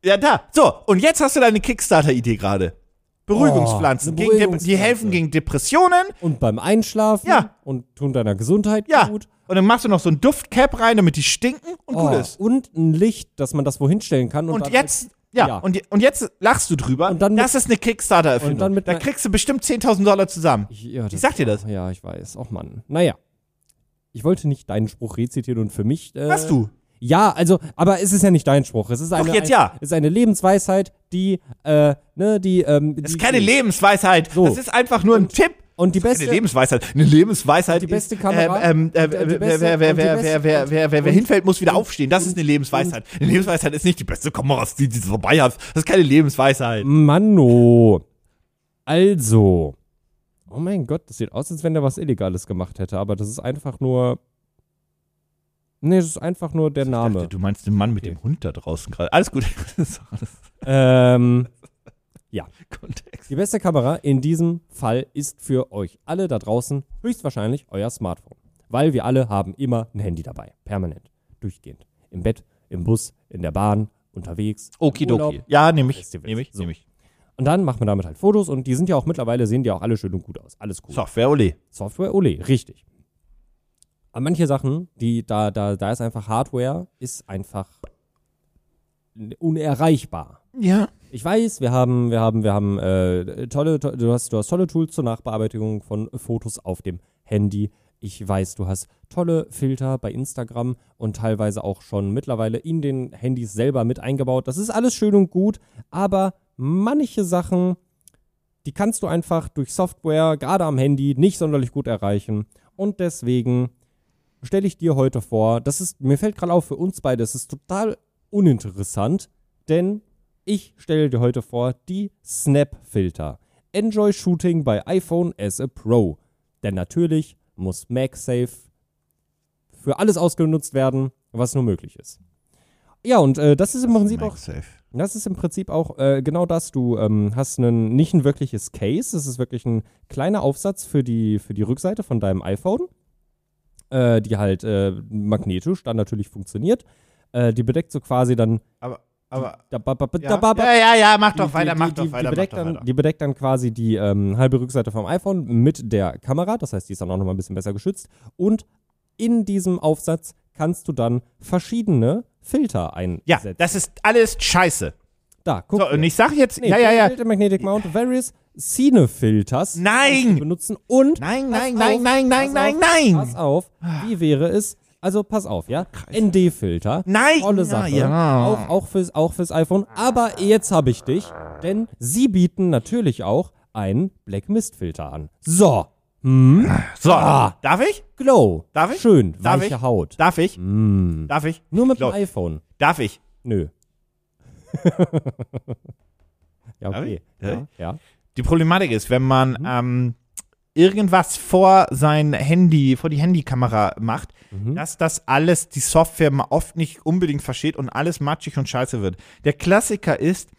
B: Ja, da. So, und jetzt hast du deine Kickstarter-Idee gerade. Beruhigungspflanzen.
C: Oh, eine
B: gegen Dep- die
C: Beruhigungspflanze.
B: helfen gegen Depressionen.
C: Und beim Einschlafen
B: Ja.
C: und tun deiner Gesundheit
B: Ja.
C: gut.
B: Und dann machst du noch so ein Duftcap rein, damit die stinken und
C: Oh,
B: gut ist.
C: und ein Licht, dass man das wohin stellen kann. Und,
B: Und
C: dann-
B: jetzt, ja,
C: Ja.
B: Und, je- und jetzt lachst du drüber.
C: Und dann mit-
B: das ist eine
C: und dann
B: Kickstarter-Erfindung.
C: mit
B: Da
C: einer-
B: kriegst du bestimmt 10.000 Dollar zusammen.
C: Ich, ja,
B: Ich sag dir das.
C: Ja, ich weiß. Och Mann. Naja. Ich wollte nicht deinen Spruch rezitieren und für mich. Äh,
B: Hast du?
C: Ja, also, aber es ist ja nicht dein Spruch. Es ist eine,
B: jetzt
C: ein,
B: ja.
C: Es ist eine Lebensweisheit, die, äh, ne, die, ähm,
B: Das
C: die-
B: ist keine
C: die-
B: Lebensweisheit.
C: So.
B: Das ist einfach nur ein Tipp.
C: Und die
B: Keine
C: beste,
B: Lebensweisheit. Eine Lebensweisheit.
C: die beste
B: ist,
C: Kamera.
B: Ähm, ähm, äh,
C: Und die
B: wer,
C: beste-
B: wer,
C: und
B: wer,
C: die
B: wer,
C: beste-
B: wer, wer, wer, wer
C: und-
B: hinfällt, muss wieder
C: und-
B: aufstehen. Das ist eine Lebensweisheit. Eine Lebensweisheit ist nicht die beste Kamera, die die du vorbei hast. Das ist keine Lebensweisheit.
C: Manno. Also. Oh mein Gott, das sieht aus, als wenn der was Illegales gemacht hätte, aber das ist einfach nur. Nee, das ist einfach nur der
B: Ich
C: Name.
B: dachte, du meinst den Mann mit dem Hund da draußen gerade. Alles gut. [LAUGHS] Das ist alles
C: Ähm,
B: Kontext.
C: die beste Kamera in diesem Fall ist für euch alle da draußen höchstwahrscheinlich euer Smartphone. Weil wir alle haben immer ein Handy dabei. Permanent. Durchgehend. Im Bett, im Bus, in der Bahn, unterwegs. im Urlaub.
B: Okidoki. Ja, nehme ich.
C: Festivals.
B: Nehme ich.
C: So.
B: Nehm ich.
C: Und dann macht man damit halt Fotos und die sind ja auch mittlerweile, sehen die auch alle schön und gut aus. Alles cool.
B: Software, Ole.
C: Software, ole, richtig. Aber manche Sachen, die da, da, da ist einfach Hardware, ist einfach unerreichbar.
B: Ja.
C: Ich weiß, wir haben, wir haben, wir haben äh, tolle, to du, hast, du hast tolle Tools zur Nachbearbeitung von Fotos auf dem Handy. Ich weiß, du hast tolle Filter bei Instagram und teilweise auch schon mittlerweile in den Handys selber mit eingebaut. Das ist alles schön und gut, aber manche Sachen, die kannst du einfach durch Software, gerade am Handy, nicht sonderlich gut erreichen. Und deswegen stelle ich dir heute vor, das ist, mir fällt gerade auf, für uns beide, es ist total uninteressant, denn ich stelle dir heute vor die Snap-Filter. Enjoy Shooting bei iPhone as a Pro. Denn natürlich muss MagSafe für alles ausgenutzt werden, was nur möglich ist. Ja, und äh, das ist im Prinzip auch das ist im Prinzip auch äh, genau das. Du ähm, hast einen, nicht ein wirkliches Case. Es ist wirklich ein kleiner Aufsatz für die, für die Rückseite von deinem iPhone, äh, die halt äh, magnetisch dann natürlich funktioniert. Äh, die bedeckt so quasi dann.
B: Aber, aber.
C: Da, ba, ba, ba,
B: Ja,
C: da, ba, ba,
B: ja, ja, ja, mach
C: die-
B: doch weiter,
C: die-
B: mach
C: die-
B: doch
C: die
B: weiter, mach
C: bedeckt
B: doch
C: dann,
B: weiter.
C: Die bedeckt dann quasi die ähm, halbe Rückseite vom iPhone mit der Kamera. Das heißt, die ist dann auch nochmal ein bisschen besser geschützt. Und in diesem Aufsatz kannst du dann verschiedene Filter
B: Ja,
C: einsetzen.
B: das ist alles scheiße.
C: da, guck
B: So,
C: mal.
B: und ich sage jetzt,
C: Nee,
B: ja, ja, ja.
C: Filter, Magnetic Mount, various Cine-Filters
B: Nein!
C: benutzen und.
B: Nein,
C: Pass
B: nein,
C: auf,
B: nein, nein, nein,
C: pass
B: nein,
C: auf,
B: nein.
C: Pass auf, wie wäre es? Also pass auf, ja? ND-Filter.
B: Nein,
C: Tolle
B: na
C: Sache.
B: ja.
C: Auch, auch, fürs, auch fürs iPhone. Aber jetzt habe ich dich, denn sie bieten natürlich auch einen Black Mist-Filter an. So,
B: So,
C: Ah.
B: darf ich?
C: Glow.
B: Darf ich?
C: Schön,
B: Darf
C: weiche
B: ich?
C: Haut.
B: Darf ich?
C: Mm.
B: Darf ich?
C: Nur mit
B: Glow.
C: dem iPhone.
B: Darf ich?
C: Nö. [LAUGHS] ja,
B: Darf
C: okay.
B: ich? Darf
C: Ja, ja.
B: Die Problematik ist, wenn man ähm, irgendwas vor sein Handy, vor die Handykamera macht, dass das alles die Software mal oft nicht unbedingt versteht und alles matschig und scheiße wird. Der Klassiker ist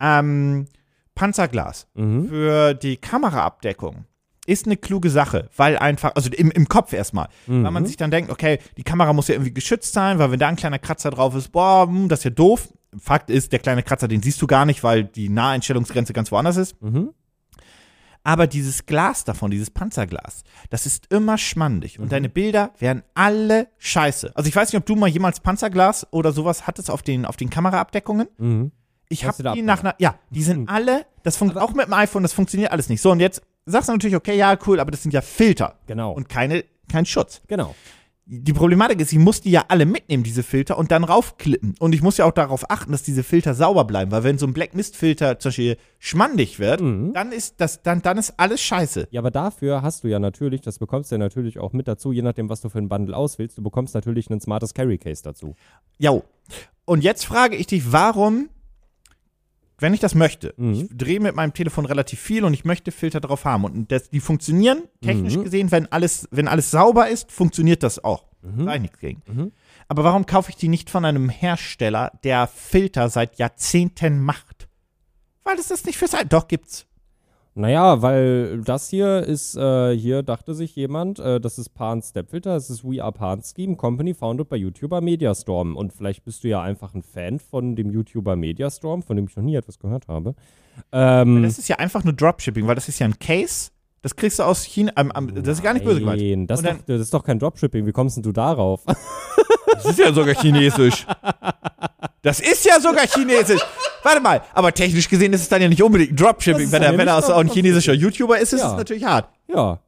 B: ähm, Panzerglas für die Kameraabdeckung. Ist eine kluge Sache, weil einfach, also im, im Kopf erstmal, weil man sich dann denkt, okay, die Kamera muss ja irgendwie geschützt sein, weil wenn da ein kleiner Kratzer drauf ist, boah, hm, das ist ja doof. Fakt ist, der kleine Kratzer, den siehst du gar nicht, weil die Naheinstellungsgrenze ganz woanders ist. Aber dieses Glas davon, dieses Panzerglas, das ist immer schmandig.
C: Mhm.
B: Und deine Bilder werden alle scheiße. Also ich weiß nicht, ob du mal jemals Panzerglas oder sowas hattest auf den, auf den Kameraabdeckungen.
C: Mhm.
B: Ich
C: Hast du
B: habe
C: da Mhm. Also
B: die nach einer, ja, die sind alle, das funkt auch mit dem iPhone, das funktioniert alles nicht. So, und jetzt sagst du natürlich, okay, ja, cool, aber das sind ja Filter.
C: Genau.
B: Und keine, kein Schutz.
C: Genau.
B: die Problematik ist, ich muss die ja alle mitnehmen, diese Filter, und dann raufklippen. Und ich muss ja auch darauf achten, dass diese Filter sauber bleiben, weil wenn so ein Black Mist Filter zum Beispiel schmandig wird,
C: Mhm.
B: dann ist das, dann, dann ist alles scheiße.
C: Ja, aber dafür hast du ja natürlich, das bekommst du ja natürlich auch mit dazu, je nachdem, was du für ein Bundle auswählst, du bekommst natürlich ein smartes Carry Case dazu.
B: Jo. Und jetzt frage ich dich, warum, wenn ich das möchte,
C: Mhm.
B: ich drehe mit meinem Telefon relativ viel und ich möchte Filter drauf haben. Und das, die funktionieren, technisch
C: Mhm.
B: gesehen, wenn alles, wenn alles sauber ist, funktioniert das auch.
C: Mhm.
B: Da ich nichts gegen. Aber warum kaufe ich die nicht von einem Hersteller, der Filter seit Jahrzehnten macht? Weil es das nicht fürs Al- Doch, gibt's.
C: Naja, weil das hier ist, äh, hier dachte sich jemand, äh, das ist Pan Step Filter, das ist We Are Pan Scheme Company, founded by YouTuber Mediastorm. Und vielleicht bist du ja einfach ein Fan von dem YouTuber Mediastorm, von dem ich noch nie etwas gehört habe. Ähm,
B: Das ist ja einfach nur Dropshipping, weil das ist ja ein Case. Das kriegst du aus China. am- am- das ist gar nicht böse
C: Nein,
B: gemeint.
C: das,
B: Und
C: ist doch,
B: dann,
C: das ist doch kein Dropshipping. Wie kommst denn du darauf? [LAUGHS]
B: das ist ja sogar chinesisch. Das ist ja sogar chinesisch. Warte mal, aber technisch gesehen ist es dann ja nicht unbedingt ein
C: Das
B: Dropshipping.
C: ist
B: Wenn
C: dann
B: er,
C: ja
B: wenn er
C: nicht
B: aus- auch ein
C: Dropshipping.
B: chinesischer YouTuber ist, ist
C: Ja.
B: es natürlich hart.
C: ja,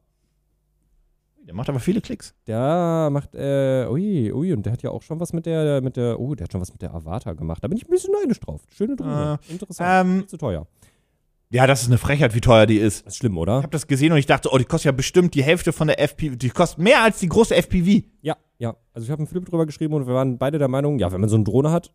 B: Der macht aber viele Klicks.
C: der macht, äh, ui, ui, und der hat ja auch schon was mit der, mit der, oh, der hat schon was mit der Avatar gemacht. Da bin ich ein bisschen neidisch drauf. Schöne Drohne. Interessant.
B: ähm,
C: Viel zu teuer.
B: Ja, das ist eine Frechheit, wie teuer die ist.
C: Ist schlimm,
B: Ich
C: oder?
B: habe das gesehen und ich dachte, oh, die kostet ja bestimmt die Hälfte von der FPV. Die kostet mehr als die große FPV.
C: Ja, ja. Also ich habe mit Philipp drüber geschrieben und wir waren beide der Meinung, ja, wenn man so eine Drohne hat,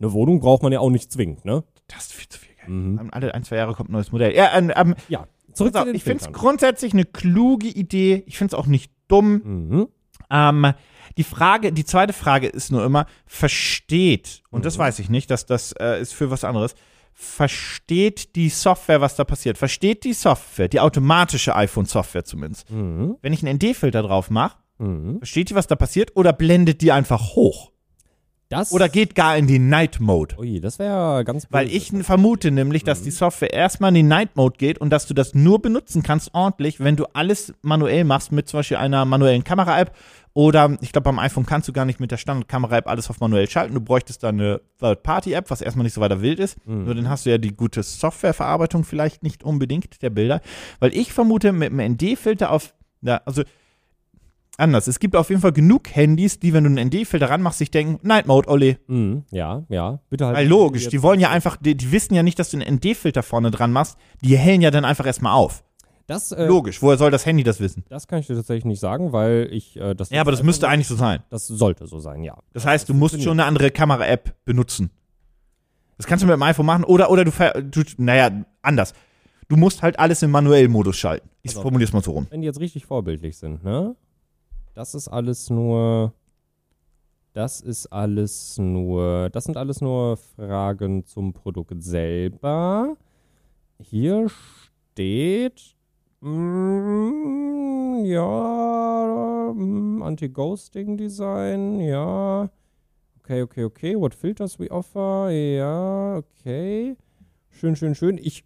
C: eine Wohnung braucht man ja auch nicht zwingend, ne? Mhm.
B: Das ist viel zu viel Geld. Alle ein, zwei Jahre kommt ein neues Modell. Ja, ähm, ähm,
C: Ja. Zurück
B: so,
C: zu den
B: ich finde es
C: Filtern.
B: grundsätzlich eine kluge Idee. Ich finde es auch nicht dumm.
C: Mhm.
B: Ähm, die Frage, die zweite Frage ist nur immer, versteht, und das weiß ich nicht, dass das äh, ist für was anderes, versteht die Software, was da passiert? Versteht die Software, die automatische iPhone-Software zumindest?
C: Mhm.
B: Wenn ich einen ND-Filter drauf mache,
C: Mhm.
B: versteht die, was da passiert, oder blendet die einfach hoch?
C: Das.
B: Oder geht gar in den Night-Mode?
C: Ui, das wäre ganz
B: Weil
C: böse.
B: ich vermute nämlich, dass die Software erstmal in den Night Mode geht und dass du das nur benutzen kannst ordentlich, wenn du alles manuell machst mit zum Beispiel einer manuellen Kamera-App oder ich glaube beim iPhone kannst du gar nicht mit der Standard-Kamera-App alles auf manuell schalten. Du bräuchtest da eine Third-Party-App, was erstmal nicht so weiter wild ist. Nur dann hast du ja die gute Softwareverarbeitung vielleicht nicht unbedingt der Bilder. Weil ich vermute, mit einem ND-Filter auf, na, also anders. Es gibt auf jeden Fall genug Handys, die, wenn du einen ND-Filter ranmachst, sich denken, Night Mode, Olli.
C: Mhm. Ja, ja. Bitte halt.
B: Weil logisch, die wollen ja einfach, die, die wissen ja nicht, dass du einen ND-Filter vorne dran machst. Die hellen ja dann einfach erstmal auf.
C: Das, äh,
B: Logisch, woher soll das Handy das wissen?
C: das kann ich dir tatsächlich nicht sagen, weil ich äh, das.
B: Ja, aber das müsste eigentlich so sein.
C: Das sollte so sein, ja.
B: Das heißt, du musst schon eine andere Kamera-App benutzen. Das kannst du mit dem iPhone machen oder, oder du, ver- du naja, anders. Du musst halt alles im manuellen Modus schalten. Ich
C: Pass auf.
B: formuliere es mal so rum.
C: Wenn die jetzt richtig vorbildlich sind, ne? Das ist alles nur. Das ist alles nur. Das sind alles nur Fragen zum Produkt selber. Hier steht. Mm, ja. mm, Anti-Ghosting-Design, ja. Okay, okay, okay. What filters we offer? Ja, okay. Schön, schön, schön. Ich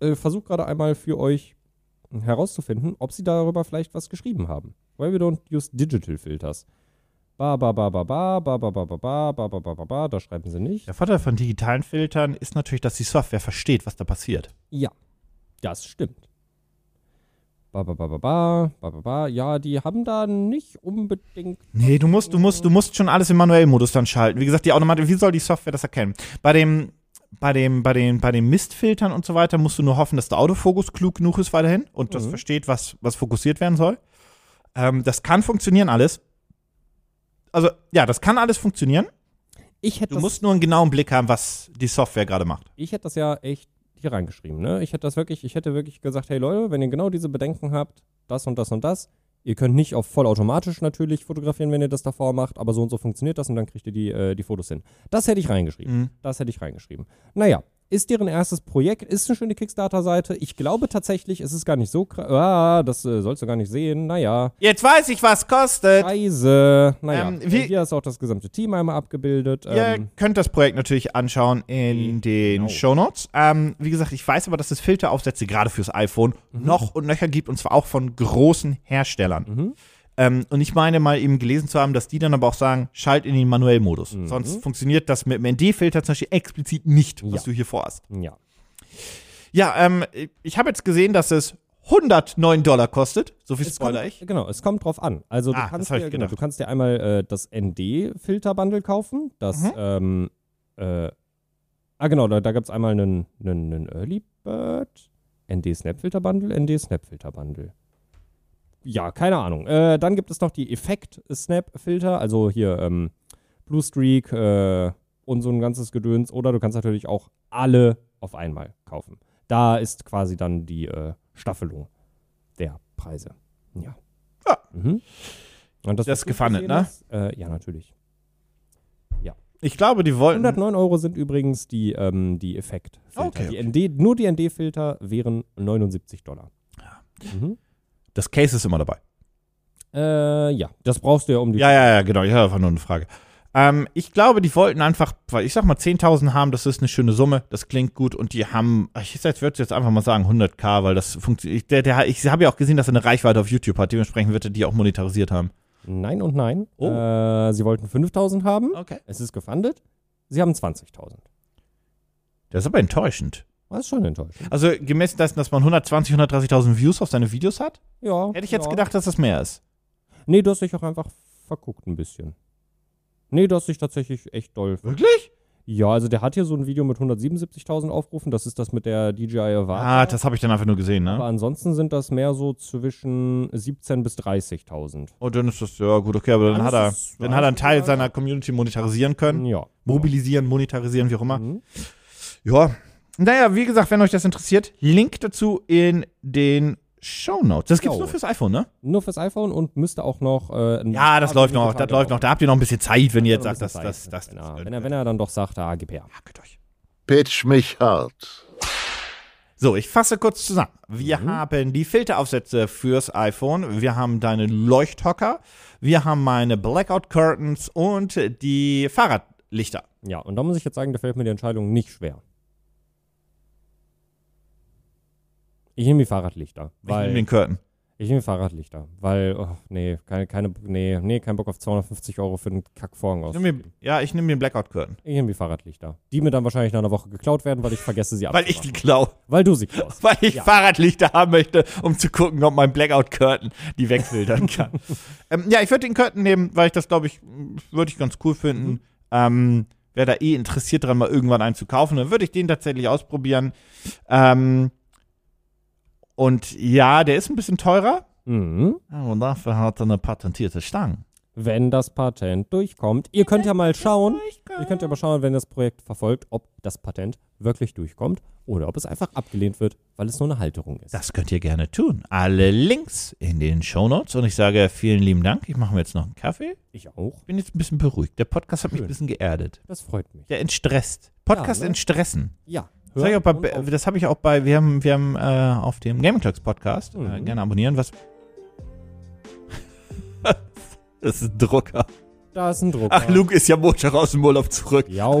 C: äh, versuche gerade einmal für euch herauszufinden, ob sie darüber vielleicht was geschrieben haben. Why we don't use digital filters. Ba ba ba ba ba ba ba ba ba ba ba ba ba ba ba, da schreiben sie nicht.
B: Der Vorteil von digitalen Filtern ist natürlich, dass die Software versteht, was da passiert.
C: Ja, das stimmt. Ba ba ba ba ba ba ba ba. Ja, die haben da nicht unbedingt.
B: Nee, du musst, du musst, du musst schon alles im manuellen Modus dann schalten. Wie gesagt, die Automatik, wie soll die Software das erkennen? Bei dem, bei dem, bei den, bei den Mistfiltern und so weiter musst du nur hoffen, dass der Autofokus klug genug ist weiterhin und das versteht, was, was fokussiert werden soll. Ähm, das kann funktionieren alles. Also, ja, das kann alles funktionieren.
C: Ich hätte
B: Du
C: das,
B: musst nur einen genauen Blick haben, was die Software gerade macht.
C: ich hätte das ja echt hier reingeschrieben, ne? Ich hätte das wirklich, ich hätte wirklich gesagt, hey Leute, wenn ihr genau diese Bedenken habt, das und das und das, ihr könnt nicht auf vollautomatisch natürlich fotografieren, wenn ihr das davor macht, aber so und so funktioniert das und dann kriegt ihr die, äh, die Fotos hin. Das hätte ich reingeschrieben.
B: Mhm.
C: Das hätte ich reingeschrieben. Naja, ist deren erstes Projekt, ist eine schöne Kickstarter-Seite. Ich glaube tatsächlich, es ist gar nicht so krass. Ah, das äh, sollst du gar nicht sehen. Naja,
B: Jetzt weiß ich, was kostet.
C: Reise. Naja,
B: Äh, Ähm, wie-
C: hier ist auch das gesamte Team einmal abgebildet.
B: Ihr
C: Ähm,
B: könnt das Projekt natürlich anschauen in den
C: Genau.
B: Shownotes. Ähm, wie gesagt, ich weiß aber, dass es Filteraufsätze gerade fürs iPhone
C: Mhm.
B: noch und nöcher gibt und zwar auch von großen Herstellern.
C: mhm,
B: Ähm, und ich meine mal eben gelesen zu haben, dass die dann aber auch sagen, schalt in den Manuellmodus.
C: Mhm.
B: Sonst funktioniert das mit dem ND-Filter zum Beispiel explizit nicht, was
C: Ja.
B: du hier vorhast.
C: ja.
B: Ja, ähm, ich habe jetzt gesehen, dass es 109 Dollar kostet. So viel
C: Es kommt,
B: spoiler ich.
C: genau, es kommt drauf an. Also du,
B: Ah, das
C: kannst,
B: hab ich
C: dir, genau, du
B: gedacht.
C: kannst dir einmal äh, das ND-Filter-Bundle kaufen. Das,
B: Mhm.
C: ähm, äh, ah genau, da, da gab es einmal einen, einen, einen Early Bird, ND-Snap-Filter-Bundle, ND-Snap-Filter-Bundle. Ja, keine Ahnung. Äh, dann gibt es noch die Effekt-Snap-Filter, also hier ähm, Blue Streak äh, und so ein ganzes Gedöns. Oder du kannst natürlich auch alle auf einmal kaufen. Da ist quasi dann die äh, Staffelung der Preise. Ja.
B: Ja.
C: Mhm. Und
B: Ah. Das
C: was du
B: gefandet,
C: gesehen
B: ne?
C: hast, Äh, ja, natürlich.
B: Ich glaube, die wollten.
C: 109 Euro sind übrigens die, ähm, die Effektfilter.
B: Okay,
C: Die ND, nur die ND-Filter wären 79 Dollar.
B: Ah.
C: Mhm.
B: Das Case ist immer dabei.
C: Äh, ja, das brauchst du ja um die.
B: Ja, ja, ja, genau. Ich habe einfach nur eine Frage. Ähm, ich glaube, die wollten einfach, weil ich sag mal, 10.000 haben, das ist eine schöne Summe, das klingt gut und die haben, ich würde jetzt einfach mal sagen 100k, weil das funktioniert. Der, der, ich habe ja auch gesehen, dass er eine Reichweite auf YouTube hat, dementsprechend wird er die auch monetarisiert haben.
C: Nein und nein.
B: Oh.
C: Äh, sie wollten 5000 haben.
B: Okay.
C: Es ist gefundet. Sie haben 20.000.
B: Das ist aber enttäuschend.
C: Das ist schon enttäuschend.
B: Also gemessen dessen, dass man 120, 130.000 Views auf seine Videos hat,
C: Ja.
B: hätte ich jetzt
C: ja.
B: gedacht, dass das mehr ist.
C: Nee, du hast dich auch einfach verguckt ein bisschen. Nee, du hast dich tatsächlich echt doll. ver-
B: Wirklich?
C: Ja, also der hat hier so ein Video mit 177.000 Aufrufen. Das ist das mit der DJI Avata.
B: Ah, das habe ich dann einfach nur gesehen,
C: Aber
B: ne?
C: ansonsten sind das mehr so zwischen 17.000 bis 30.000.
B: Und Oh, dann ist das, ja gut, okay, aber dann
C: Alles
B: hat er,
C: ist-
B: dann hat er einen Teil
C: ja.
B: seiner Community monetarisieren können.
C: Ja.
B: Mobilisieren, monetarisieren, wie auch immer.
C: Mhm.
B: Ja. Naja, wie gesagt, wenn euch das interessiert, Link dazu in den Show Notes. Das gibt's
C: Jo.
B: nur fürs iPhone, ne?
C: Nur fürs iPhone und müsste auch noch. Äh, ein-
B: Ja, das
C: Ah,
B: läuft
C: die
B: noch, das
C: Tage
B: läuft noch. Da habt ihr noch ein bisschen Zeit, wenn ihr jetzt
C: Noch ein
B: sagt, das,
C: bisschen
B: das,
C: Zeit,
B: das, das.
C: Genau, wenn, er, wenn, er, wenn er dann doch sagt, ah, gib her.
B: Ja, geht euch.
A: Pitch mich hart.
B: So, ich fasse kurz zusammen. Wir haben die Filteraufsätze fürs iPhone, wir haben deine Leuchthocker, wir haben meine Blackout Curtains und die Fahrradlichter.
C: Ja, und da muss ich jetzt sagen, da fällt mir die Entscheidung nicht schwer. Ich nehme die Fahrradlichter,
B: ich
C: weil
B: nehme den Curtain.
C: ich nehme Fahrradlichter, weil oh, nee, keine, keine, nee, nee, kein Bock auf 250 Euro für einen Kackvorhang aus.
B: Ich nehm den, ja, ich nehme den Blackout Curtain.
C: Ich nehme die Fahrradlichter, die mir dann wahrscheinlich nach einer Woche geklaut werden, weil ich vergesse sie
B: [LAUGHS] Weil ich die klau.
C: weil du sie
B: [LAUGHS]
C: klaust.
B: Weil ich
C: Ja.
B: Fahrradlichter haben möchte, um zu gucken, ob mein Blackout Curtain die wegfiltern kann. [LAUGHS] ähm, ja, ich würde den Curtain nehmen, weil ich das, glaube ich, würde ich ganz cool finden. Ähm, Wer da eh interessiert dran, mal irgendwann einen zu kaufen, dann würde ich den tatsächlich ausprobieren. Ähm, und ja, der ist ein bisschen teurer.
C: Mhm.
B: Und dafür hat er eine patentierte Stange.
C: Wenn das Patent durchkommt, ihr könnt ja mal schauen. Ihr könnt ja mal schauen, wenn das Projekt verfolgt, ob das Patent wirklich durchkommt oder ob es einfach abgelehnt wird, weil es nur eine Halterung ist.
B: Das könnt ihr gerne tun. Alle Links in den Shownotes. Und ich sage vielen lieben Dank. Ich mache mir jetzt noch einen Kaffee.
C: Ich auch.
B: bin jetzt ein bisschen beruhigt. Der Podcast hat mich
C: Schön.
B: ein bisschen geerdet.
C: Das freut mich.
B: Der entstresst. Podcast
C: Ja, ne?
B: entstressen.
C: Ja.
B: Das, hab ich auch bei,
C: und auf-
B: das habe ich auch bei, wir haben, wir haben äh, auf dem Gaming Talks Podcast, äh,
C: Mhm.
B: gerne abonnieren, was. [LAUGHS] das ist ein Drucker.
C: Da ist ein Drucker.
B: Ach, Luke ist ja Montag aus dem Urlaub zurück.
C: Jau.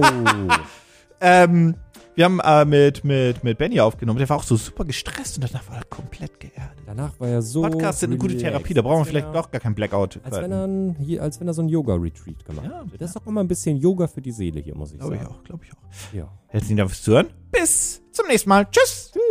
B: Ähm, wir haben äh, mit, mit, mit Benny aufgenommen, der war auch so super gestresst und danach war er komplett geerdet.
C: Danach war er so.
B: Podcasts sind eine gute
C: relaxed,
B: Therapie, da brauchen wir
C: als wenn
B: vielleicht
C: er-
B: doch gar kein Blackout.
C: Als wenn, er ein, hier, als wenn er so ein Yoga-Retreat gemacht
B: Ja,
C: hätte. Das ist doch immer ein bisschen Yoga für die Seele hier, muss ich
B: Glaube ich
C: sagen.
B: auch, glaube ich auch.
C: Ja.
B: Herzlichen Dank fürs Zuhören. Bis zum nächsten Mal. Tschüss.
C: Tschüss.